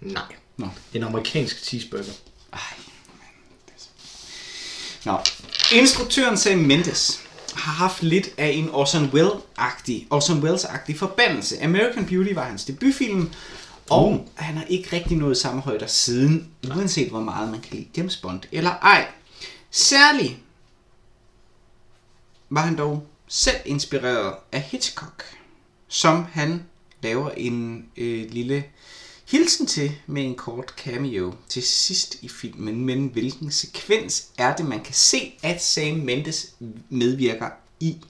Nej.
Nå.
En amerikansk cheeseburger.
Ej, mand. det er så- Nå. Instruktøren Sam Mendes har haft lidt af en Orson Welles-agtig, Orson Welles-agtig forbandelse. American Beauty var hans debutfilm, og han har ikke rigtig nået samme højder siden, uanset hvor meget man kan lide James Bond eller ej. Særligt var han dog selv inspireret af Hitchcock, som han laver en øh, lille hilsen til med en kort cameo til sidst i filmen. Men hvilken sekvens er det, man kan se, at Sam Mendes medvirker i? [laughs]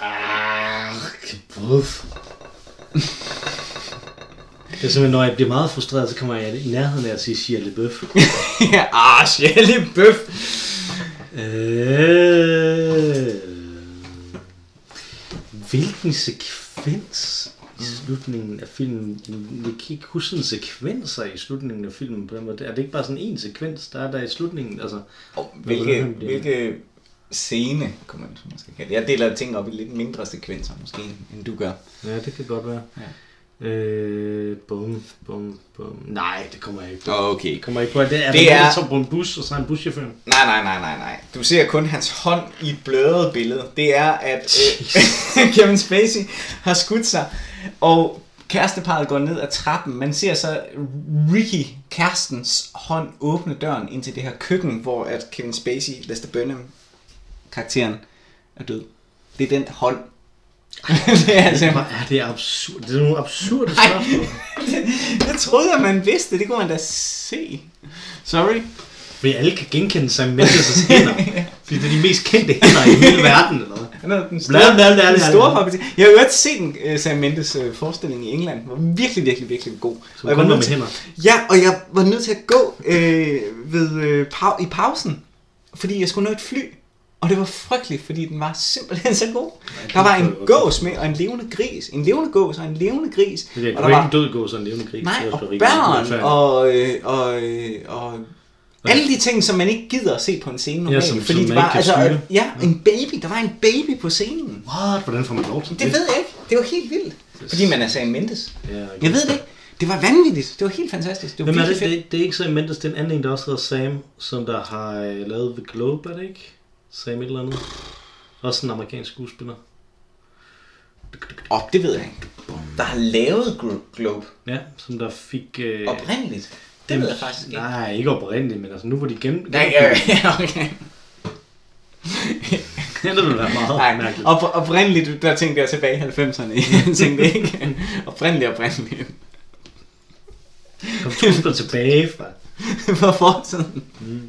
Ah, kebab. Det er simpelthen, når [laughs] jeg bliver meget frustreret, så kommer jeg i nærheden af at sige Shia LaBeouf.
ja, ah, Shelley Bøf.
øh, hvilken sekvens i slutningen af filmen? Jeg kan ikke huske sådan sekvenser i slutningen af filmen på den måde. Er det ikke bare sådan en sekvens, der er der i slutningen? Altså,
Hvilke, hvilke scene, kunne man måske kalde det. Jeg deler ting op i lidt mindre sekvenser, måske, end du gør.
Ja, det kan godt være. Ja. Øh, bum, bum, bum. Nej, det kommer jeg ikke på.
Okay.
Kommer ikke på, at det er,
Det
det der
er-
er... der tager på en bus, og så er en buschauffør.
Nej, nej, nej, nej, nej. Du ser kun hans hånd i et bløret billede. Det er, at øh, [laughs] Kevin Spacey har skudt sig, og kæresteparret går ned ad trappen. Man ser så Ricky, kærestens hånd, åbne døren ind til det her køkken, hvor at Kevin Spacey, Lester Burnham, karakteren, er død. Det er den hånd. [laughs] det er altså
Hvor er det absurd. Det er nogle absurde spørgsmål.
Jeg troede, at man vidste det. Det kunne man da se. Sorry.
Fordi alle kan genkende sig med deres hænder. Fordi det er de mest kendte hænder i hele verden, eller hvad?
Han er den
Bla, bla, bla,
den
bla,
store
bla.
favorit. Jeg har jo set den uh, Sam Mendes uh, forestilling i England. Den var virkelig, virkelig, virkelig god.
Som kun var
nødt
med
til,
hænder.
Ja, og jeg var nødt til at gå øh, ved, øh, pau- i pausen, fordi jeg skulle nå et fly. Og det var frygteligt, fordi den var simpelthen så god. Der var en gås med, og en levende gris. En levende gås, og en levende gris.
Det er
og
du
der
ikke
var,
en død gå sådan levende krig.
nej,
Det er
og
også rigtig
børn,
uretfærdigt.
og, øh, og, øh, og alle de ting, som man ikke gider at se på en scene normalt.
som-
fordi
som
det
man
var,
ikke kan
altså,
styre.
ja, en baby. Der var en baby på scenen.
What? Hvordan får man lov til det?
Det ved jeg ikke. Det var helt vildt. Fordi man er Sam Mendes.
Ja, okay.
Jeg ved det ikke. Det var vanvittigt. Det var helt fantastisk. Det var
Hvem er det?
virkelig fedt.
det? Det er ikke Sam Mendes, det er en anden en, der også hedder Sam, som der har øh, lavet The Globe, er det ikke? Sam et eller andet. Også en amerikansk skuespiller.
Og det ved jeg ikke.
Der har lavet Gro- Globe
Ja, som der fik... Øh,
oprindeligt. Det ved jeg faktisk ikke.
Nej, ikke oprindeligt, men altså nu hvor de gen...
Nej, ja,
øh, [laughs]
ja, okay.
[laughs] Det ville være meget
Nej,
Nej. mærkeligt.
op, oprindeligt, der tænkte jeg tilbage i
[laughs]
90'erne. Jeg tænkte ikke oprindeligt, oprindeligt.
Kom skuespiller tilbage fra.
[laughs] Hvor fortiden. Mm.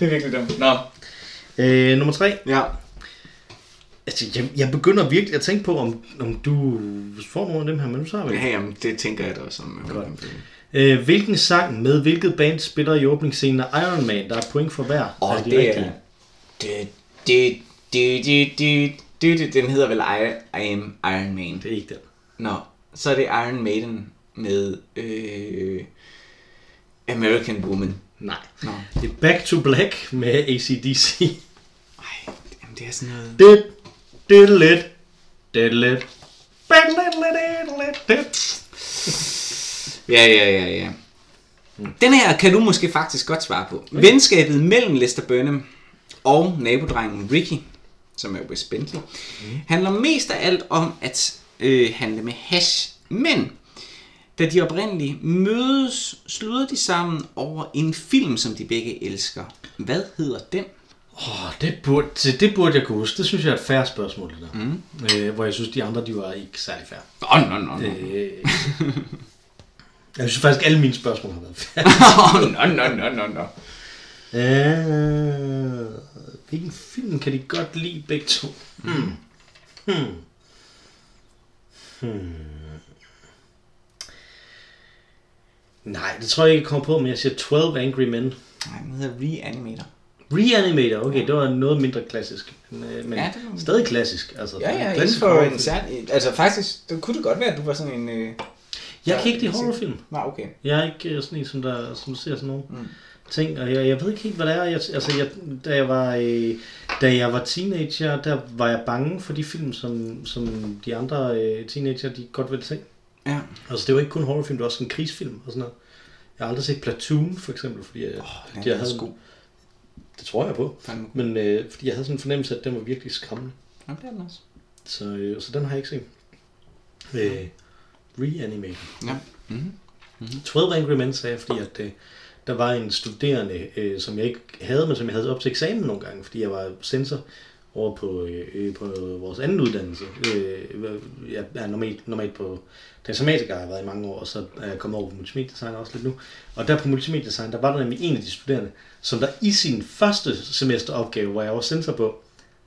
Det er virkelig dumt. Nå.
Øh, nummer tre.
Ja.
Altså, jeg, jeg begynder virkelig at tænke på, om, om du får nogle af dem her, men du tager vel.
Ja, jamen, det tænker jeg da også om.
Godt. Øh, hvilken sang med hvilket band spiller i åbningsscenen af Iron Man? Der er point for hver.
Og
af de
det er...
rigtige.
Det, det, det, det, det, det, det, den hedder vel I, I am Iron Man.
Det er ikke den.
Nå, så er det Iron Maiden med øh, American Woman.
Nej.
Nå.
Det er Back to Black med ACDC.
Ej, jamen det er sådan noget...
Det, det er lidt. Det er lidt. Back, lidt, lidt, lidt, lidt.
Ja, ja, ja, ja. Den her kan du måske faktisk godt svare på. Venskabet mellem Lester Burnham og nabodrengen Ricky, som er Wes Bentley, handler mest af alt om at øh, handle med hash. Men da de oprindeligt mødes, slutter de sammen over en film, som de begge elsker. Hvad hedder den?
Åh, det burde, det, det burde jeg kunne huske. Det synes jeg er et færre spørgsmål, det der. Mm. Øh, hvor jeg synes, de andre, de var ikke særlig færre.
Nå, nå, nå, nå.
Øh, [laughs] jeg synes faktisk, alle mine spørgsmål har været færre.
[laughs] Åh, nå, nå, nå, nå, nå.
Øh, hvilken film kan de godt lide begge to? Mm. Hmm. Hmm. Nej, det tror jeg ikke, jeg kommer på, men jeg siger 12 Angry Men.
Nej, den hedder Reanimator.
Reanimator, okay, det var noget mindre klassisk, men, øh, men
Ja,
ja,
det var-
stadig klassisk. Altså,
Ja, ja, inden
klassisk
for
horrorfilm.
en særlig... Altså faktisk, det kunne det godt være, at du var sådan en... Øh...
Jeg kan ikke lide horrorfilm.
Nej, okay.
Jeg er ikke øh, sådan en, som, der, som ser sådan nogle mm. ting, og jeg, jeg ved ikke helt, hvad det er. Jeg, altså, jeg, da, jeg var, øh, da jeg var teenager, der var jeg bange for de film, som, som de andre øh, teenager, de godt ville se.
Ja.
Altså, det var ikke kun horrorfilm, det var også en krigsfilm og sådan noget. Jeg har aldrig set Platoon, for eksempel, fordi jeg,
Åh,
oh,
den er
jeg havde...
også god.
Det tror jeg på.
Fandme god.
Men øh, fordi jeg havde sådan en fornemmelse, at den var virkelig skræmmende.
Nå, det er den også.
Så, øh, så den har jeg ikke set. Øh, Reanimator.
Ja.
12 Angry Men sagde jeg, fordi at, øh, der var en studerende, øh, som jeg ikke havde, men som jeg havde op til eksamen nogle gange, fordi jeg var sensor over på, øh, øh, på vores anden uddannelse. Øh, jeg er normalt, normalt på datamatiker, har jeg været i mange år, og så er jeg kommet over på multimediedesign også lidt nu. Og der på multimediedesign, der var der nemlig en af de studerende, som der i sin første semesteropgave, hvor jeg var sensor på,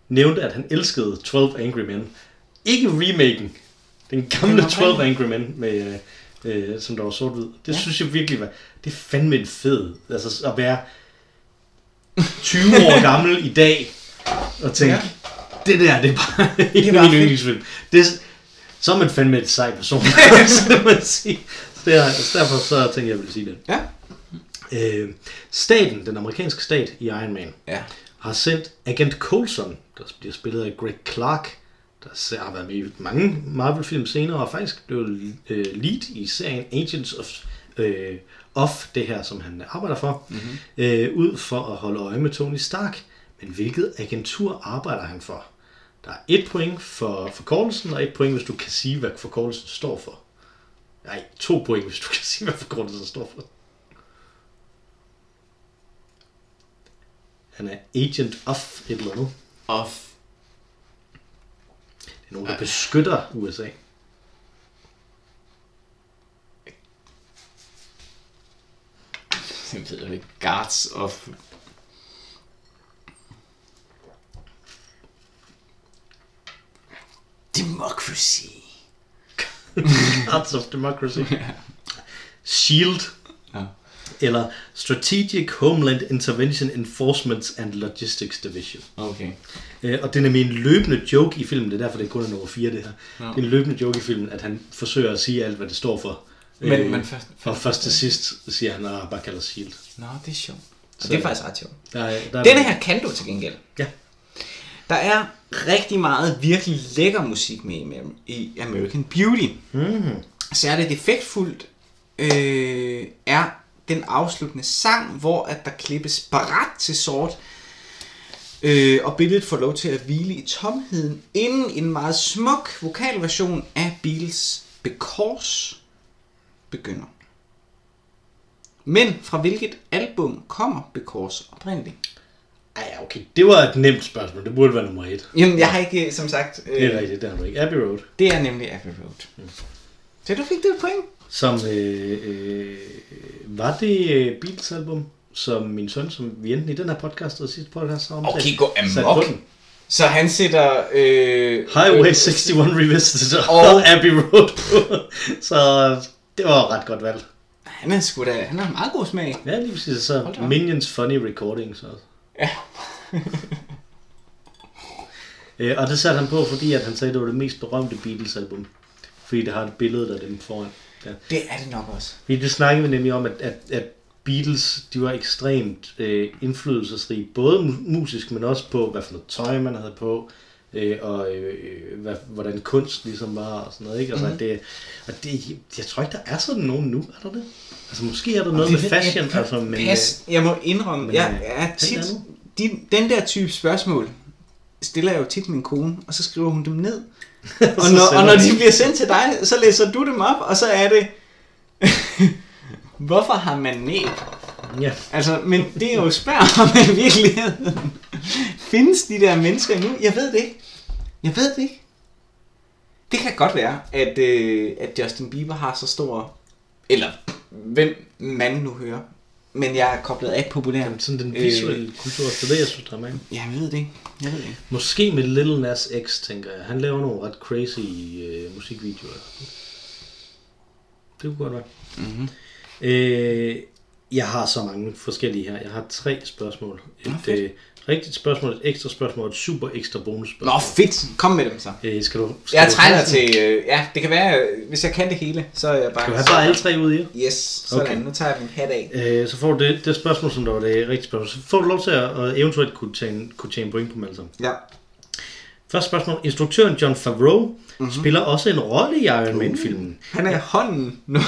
nævnte, at han elskede 12 Angry Men. Ikke remaken, den gamle 12 Angry Men, med, øh, øh, som der var sort-hvid. Det ja. synes jeg virkelig var, det er fandme en fed, altså at være 20 [laughs] år gammel i dag, og tænke, ja. det der, det er bare [laughs] en
bare
af mine
fedt.
yndlingsfilm. Det er, s- så er man fandme et sej person, [laughs] så det må jeg sige. Så det er, så derfor så tænkte jeg, jeg ville sige det.
Ja.
Øh, staten, den amerikanske stat i Iron Man,
Ja.
har sendt agent Coulson, der bliver spillet af Greg Clark, der se- har været med i mange Marvel-film senere, og faktisk blev øh, lead i serien Agents of, øh, of det her, som han arbejder for, mm-hmm. øh, ud for at holde øje med Tony Stark. Men hvilket agentur arbejder han for? Der er et point for forkortelsen, og et point, hvis du kan sige, hvad forkortelsen står for. Nej, to point, hvis du kan sige, hvad forkortelsen står for. Han er agent of et eller andet.
Off.
Det er nogen, der beskytter USA.
Jeg ved jeg ikke. Guards off. Democracy.
Arts of Democracy. SHIELD.
Ja.
E Eller Strategic Homeland Intervention Enforcement and Logistics Division.
Okay.
Øh, Og det er nemlig en løbende joke i filmen, det er derfor, det kun er nummer 4, det her. Det er en løbende joke i filmen, at han forsøger at sige alt, hvad det står for.
Men-
Øh,
men først-
Og først til sidst siger han, at han bare kalder SHIELD.
Nå, det er sjovt. Og
Så-
det er faktisk ret sjovt.
E Der er, der er
Denne her kan du til gengæld.
Ja.
Der er rigtig meget virkelig lækker musik med i Amer- i American Beauty. Mm.
Mhm.
Særligt effektfuldt øh, er den afsluttende sang, hvor at der klippes barat til sort.
Øh, og billedet får lov til at hvile i tomheden inden en meget smuk vokalversion af Beatles Because begynder. Men fra hvilket album kommer Because oprindeligt?
Ej, ja, okay. Det var et nemt spørgsmål. Det burde være nummer et.
Jamen, jeg har ikke, øh, som sagt...
Det er
Øh,
rigtigt, det har du ikke. Abbey Road,
det er nemlig Abbey Road.
Mm.
Så du fik det point.
som øh, øh, var det øh, Beatles album, som min søn, som vi enten i den her podcast og sidste podcast har omtalt,
Okay, gå
satte
amok.
på den.
Så han sætter... Øh,
Highway 61 Revisited og
Og-
Abbey Road på. [laughs] Så øh, det var et ret godt valg.
Han er sgu da... Han har meget god smag.
Ja, lige præcis. Så
Hold da op.
Minions Funny Recordings også.
Ja.
[laughs] Øh, og det satte han på, fordi at han sagde, at det var det mest berømte Beatles-album. Fordi det har et billede af dem foran. Ja.
Det er det nok også.
Fordi det snakkede vi nemlig om, at, at, at Beatles, de var ekstremt øh, indflydelsesrige, både mu- musisk, men også på, hvad for noget tøj man havde på, øh, og øh, øh, hvad, hvordan kunst ligesom var, og sådan noget, ikke?
Mhm.
Altså, mm. det, og det, jeg tror ikke, der er sådan nogen nu, er der det? Altså, måske er der noget med
Det-
fashion,
jeg-
altså, men...
Pas, jeg må indrømme,
men,
jeg
øh,
er tit...
andet?
De, den der type spørgsmål stiller jeg jo tit min kone, og så skriver hun dem ned.
øh,
Og
så
når, og
sender
når
[laughs] vi-
de bliver sendt til dig, så læser du dem op, og så er det... [laughs] Hvorfor har man næb?
Ja,
Altså, men det er jo spørg om i virkeligheden. Findes de der mennesker endnu? Jeg ved det ikke. Jeg ved det ikke. Det kan godt være, at, øh, at Justin Bieber har så stor... Eller hvem man nu hører. Men jeg er koblet af populær.
jamen, sådan den visuelle øh. kultur, så det, jeg synes, der er med.
Jeg ved det ikke. Jeg ved det ikke.
Måske med Little Nas X, tænker jeg. Han laver nogle ret crazy øh, musikvideoer. Det kunne godt være.
Mhm.
Mm-hmm. Øh, jeg har så mange forskellige her. Jeg har tre spørgsmål. Et
fedt.
øh, rigtigt spørgsmål, et ekstra spørgsmål, og et super ekstra bonusspørgsmål.
Nå, fedt. Kom med dem så.
Øh, skal du, skal
Jeg
du
træner
have sådan-
til... Øh, ja, det kan være, øh, hvis jeg kan det hele, så er jeg bare...
Skal du have bare alle tre ud i?
Yes, sådan.
Okay.
Okay. Nu tager jeg min hat af.
Øh, så får du det, det spørgsmål, som der var det rigtige spørgsmål. Så får du lov til at, at eventuelt kunne tjene, kunne tjene point på dem alle sammen.
Ja.
Første spørgsmål. Instruktøren John Favreau
Mhm.
mm-hmm. spiller også en rolle i Iron Man-filmen.
Han er hånden
[laughs]
nu.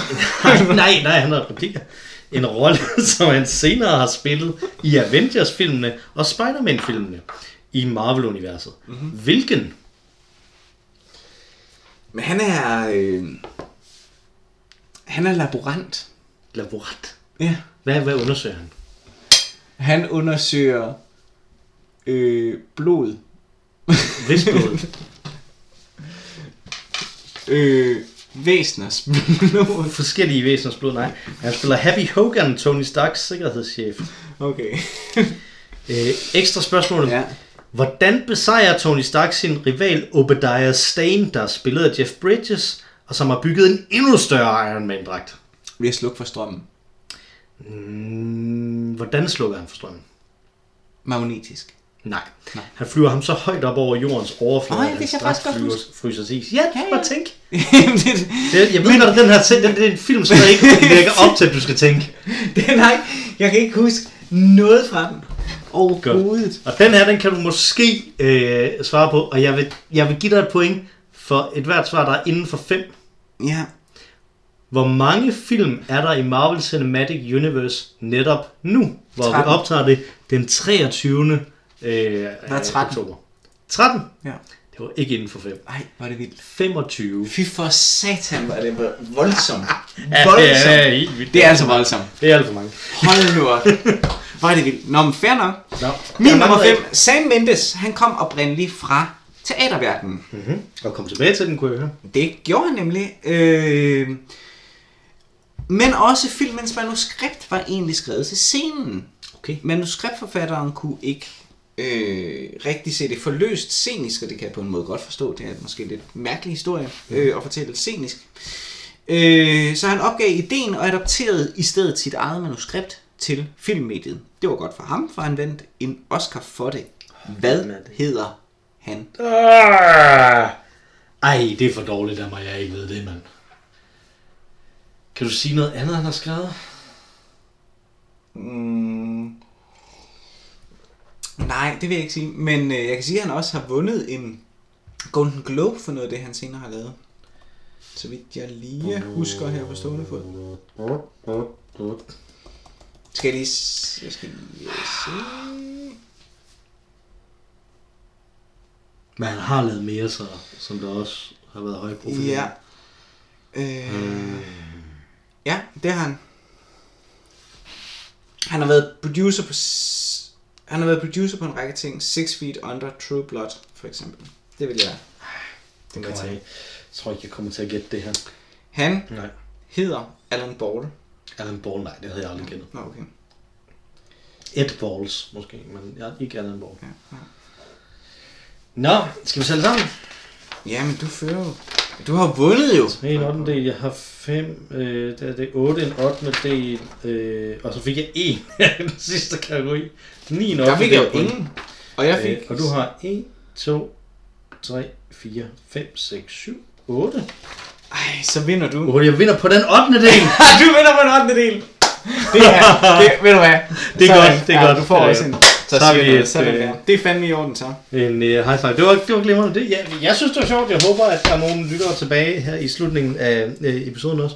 nej, nej, han har replikker. En rolle, [laughs] som han senere har spillet i Avengers-filmene og Spider-Man-filmene i Marvel-universet. Mm-hmm. Hvilken?
Men han er... Øh, han er laborant.
Laborat.
Ja.
Hvad, hvad undersøger han?
Han undersøger øh, blod.
Hvis blod.
Øh, væsners [laughs] blod.
Forskellige væseners blod, nej. Han spiller Happy Hogan, Tony Starks sikkerhedschef.
Okay.
Øh, ekstra spørgsmål.
Ja.
Hvordan besejrer Tony Stark sin rival Obadiah Stane, der er spillet af Jeff Bridges, og som har bygget en endnu større Iron Man-dragt?
Ved at slukke for strømmen.
Mm, hvordan slukker han for strømmen?
Magnetisk. [laughs]
Nej. Nej. Han flyver ham så højt op over jordens overflade,
Åh, ja,
at
det
han
kan jeg
straks
faktisk godt
flyver,
huske.
fryser sig. is. Ja, ja,
Ja, ja.
bare tænk.
det,
Det, jeg ved, når den her ting, den, det er en film, som der [laughs] ikke lægger op til, at du skal tænke.
det, nej, jeg kan ikke huske noget fra den. Overhovedet.
Og den her, den kan du måske øh, svare på, og jeg vil, jeg vil give dig et point for et hvert svar, der er inden for fem.
Ja.
Hvor mange film er der i Marvel Cinematic Universe netop nu, hvor
13.
vi optager det den 23. Øh,
er 13?
oktober? 13?
ja.
Det var ikke inden for 5.
Ej, hvor er det vildt.
25.
Fy for satan, hvor er det voldsomt.
Ja,
Voldsomt.
det er helt vildt.
Det er altså voldsomt.
Det er alt for mange.
Hold nu op. Hvor er det vildt. Nå, men fair nok.
Nå.
Min nummer 5, Sam Mendes, han kom oprindeligt fra teaterverdenen.
Mhm. Og kom tilbage til den, kunne jeg høre.
Det gjorde han nemlig. Øh, men også filmens manuskript var egentlig skrevet til scenen.
Okay.
Manuskriptforfatteren kunne ikke øh, rigtig se det forløst scenisk, og det kan jeg på en måde godt forstå. Det er måske en lidt mærkelig historie øh, at fortælle scenisk. Øh, så han opgav ideen og adopterede i stedet sit eget manuskript til filmmediet. Det var godt for ham, for han vandt en Oscar for det. Hvad
mand.
hedder han?
Ej, det er for dårligt af mig, jeg ikke ved det, mand. Kan du sige noget andet, han har skrevet?
Mm. Nej, det vil jeg ikke sige. Men øh, jeg kan sige, at han også har vundet en Golden Globe for noget af det, han senere har lavet. Så vidt jeg lige husker her på stående fod. øh, Skal jeg lige... s- Jeg skal lige se...
Men han har lavet mere, så, som der også har været høje profil.
Ja. Øh, Ja, det har han. Han har været producer på s- han har været producer på en række ting. Six Feet Under, True Blood, for eksempel. Det vil jeg.
Den kommer jeg, jeg tror ikke, jeg kommer til at gætte det her.
Han
Nej.
hedder Alan Ball.
Alan Ball, nej, det havde jeg aldrig gættet.
Nå, okay.
Ed Balls, måske, men jeg, ikke Alan Ball.
Ja, ja.
Nå, skal vi tælle sammen?
Jamen, du fører jo. Du har jo vundet jo.
En ottendel, jeg har fem, øh, der er det otte, en ottendedel, øh, og så fik jeg en [laughs] i den sidste kategori. Ni en
Der fik jeg jo
ottendedel.
ingen. Og jeg fik...
Øh, og du har 1, 2, 3, 4, 5, 6, 7, 8.
Ej, så vinder du.
Hvor jeg vinder på den 8. [laughs] del.
Ah, [laughs] du vinder på en 8. del. Det er, det, [laughs] ved du hvad?
Det er
Sådan.
godt, det er godt.
Du får
Øh,
også en. Så,
så
så
har
siger
vi
vi
et,
det. Sådan
øh,
der. Det er fandme i orden, så.
En uh, high five. Det var, det var glimrende. Det, jeg, jeg synes, det var sjovt. Jeg håber, at der er nogle lyttere tilbage her i slutningen af øh, episoden også.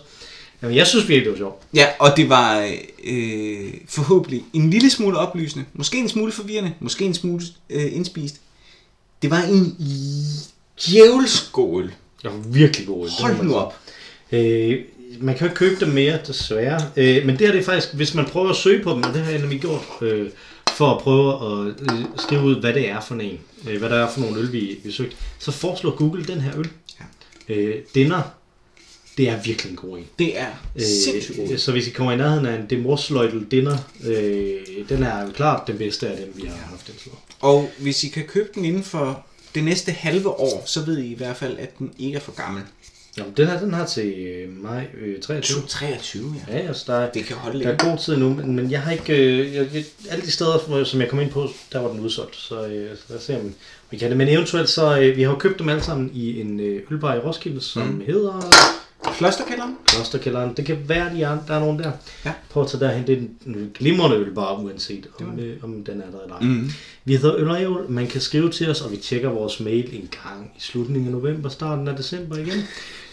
Jamen, jeg synes virkelig, det var sjovt.
Ja, og det var øh, forhåbentlig en lille smule oplysende. Måske en smule forvirrende. Måske en smule øh, indspist. Det var en djævelskål.
Det var virkelig god.
Hold nu op.
Øh, man kan jo ikke købe dem mere, desværre. Øh, men det her det er faktisk, hvis man prøver at søge på dem, og det har jeg nemlig gjort, øh, for at prøve at øh, skrive ud, hvad det er for en, øh, hvad der er for nogle øl, vi, vi søgte, så foreslår Google den her øl. Øh, dinner, det er virkelig en god en.
Det er sindssygt
Øh,
godt.
så hvis I kommer i nærheden af en demorsløjtel dinner, øh, den er jo klart den bedste af dem, vi har haft indtil nu.
Og hvis I kan købe den inden for det næste halve år, så ved I i hvert fald, at den ikke er for gammel.
Nå, men den her, den har til øh, maj øh, 23.
23, ja.
Ja, altså, der er,
Det kan holde
Der
længe.
er god tid nu, men, men jeg har ikke... Øh, jeg, jeg, alle de steder, hvor- som jeg kom ind på, der var den udsolgt. Så øh, så lad os se, om vi kan det. Men eventuelt så... Øh, vi har jo købt dem alle sammen i en øh, ølbar i Roskilde, som mm. hedder
Klosterkælderen?
Klosterkælderen. Det kan være, de er, der er nogen der.
Ja.
Prøv at tage derhen. Det er en, en glimrende ølbar, uanset om, øh, om den er der eller ej. Mm. Vi hedder Øl og Ævl. Man kan skrive til os, og vi tjekker vores mail en gang i slutningen af november, starten af december igen.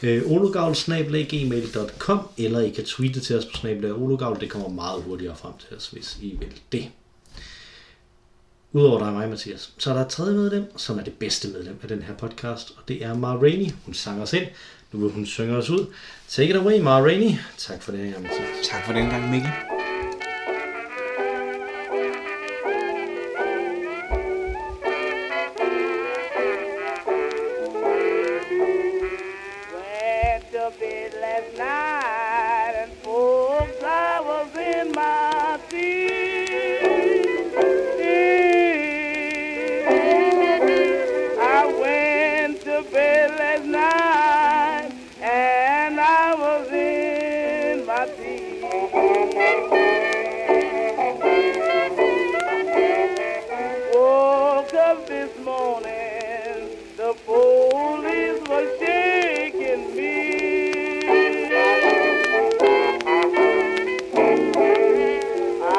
Øh, olugavl.gmail.com eller I kan tweete til os på snabel olugavl. Det kommer meget hurtigere frem til os, hvis I vil det. Udover dig og mig, Mathias, så er der et tredje medlem, som er det bedste medlem af den her podcast, og det er Ma Rainey. Hun sang os ind. Nu vil hun synge os ud. Take it away, Ma Rainey. Tak for det her, Mathias.
Tak for den gang, Mikkel.
Went to bed last night and four flowers in my feet. I went to bed last night and I was in my teeth. Woke up this morning, the police were shaking me.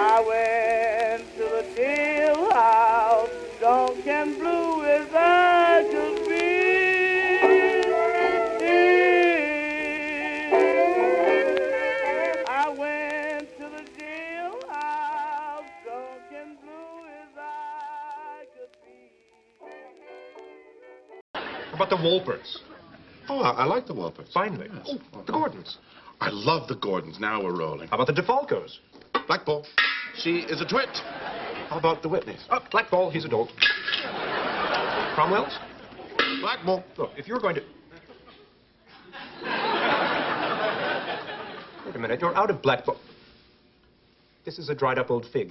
I went to the jailhouse, drunk and blue as I could be. I went to the jailhouse, drunk and blue as I could be.
About the Walpers. Oh, I, I like the Walpers. Finally. Oh, the Gordons. I love the Gordons. Now we're rolling. How about the DeFalcos? Black Ball. She is a twit. How about the Whitneys? Oh, Black Ball, he's a dolt. Cromwell's? Black Ball. Look, if you're going to. [laughs] Wait a minute, you're out of Black Ball. This is a dried up old fig.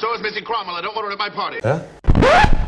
So is Missy Cromwell. I don't want her at my party.
Huh?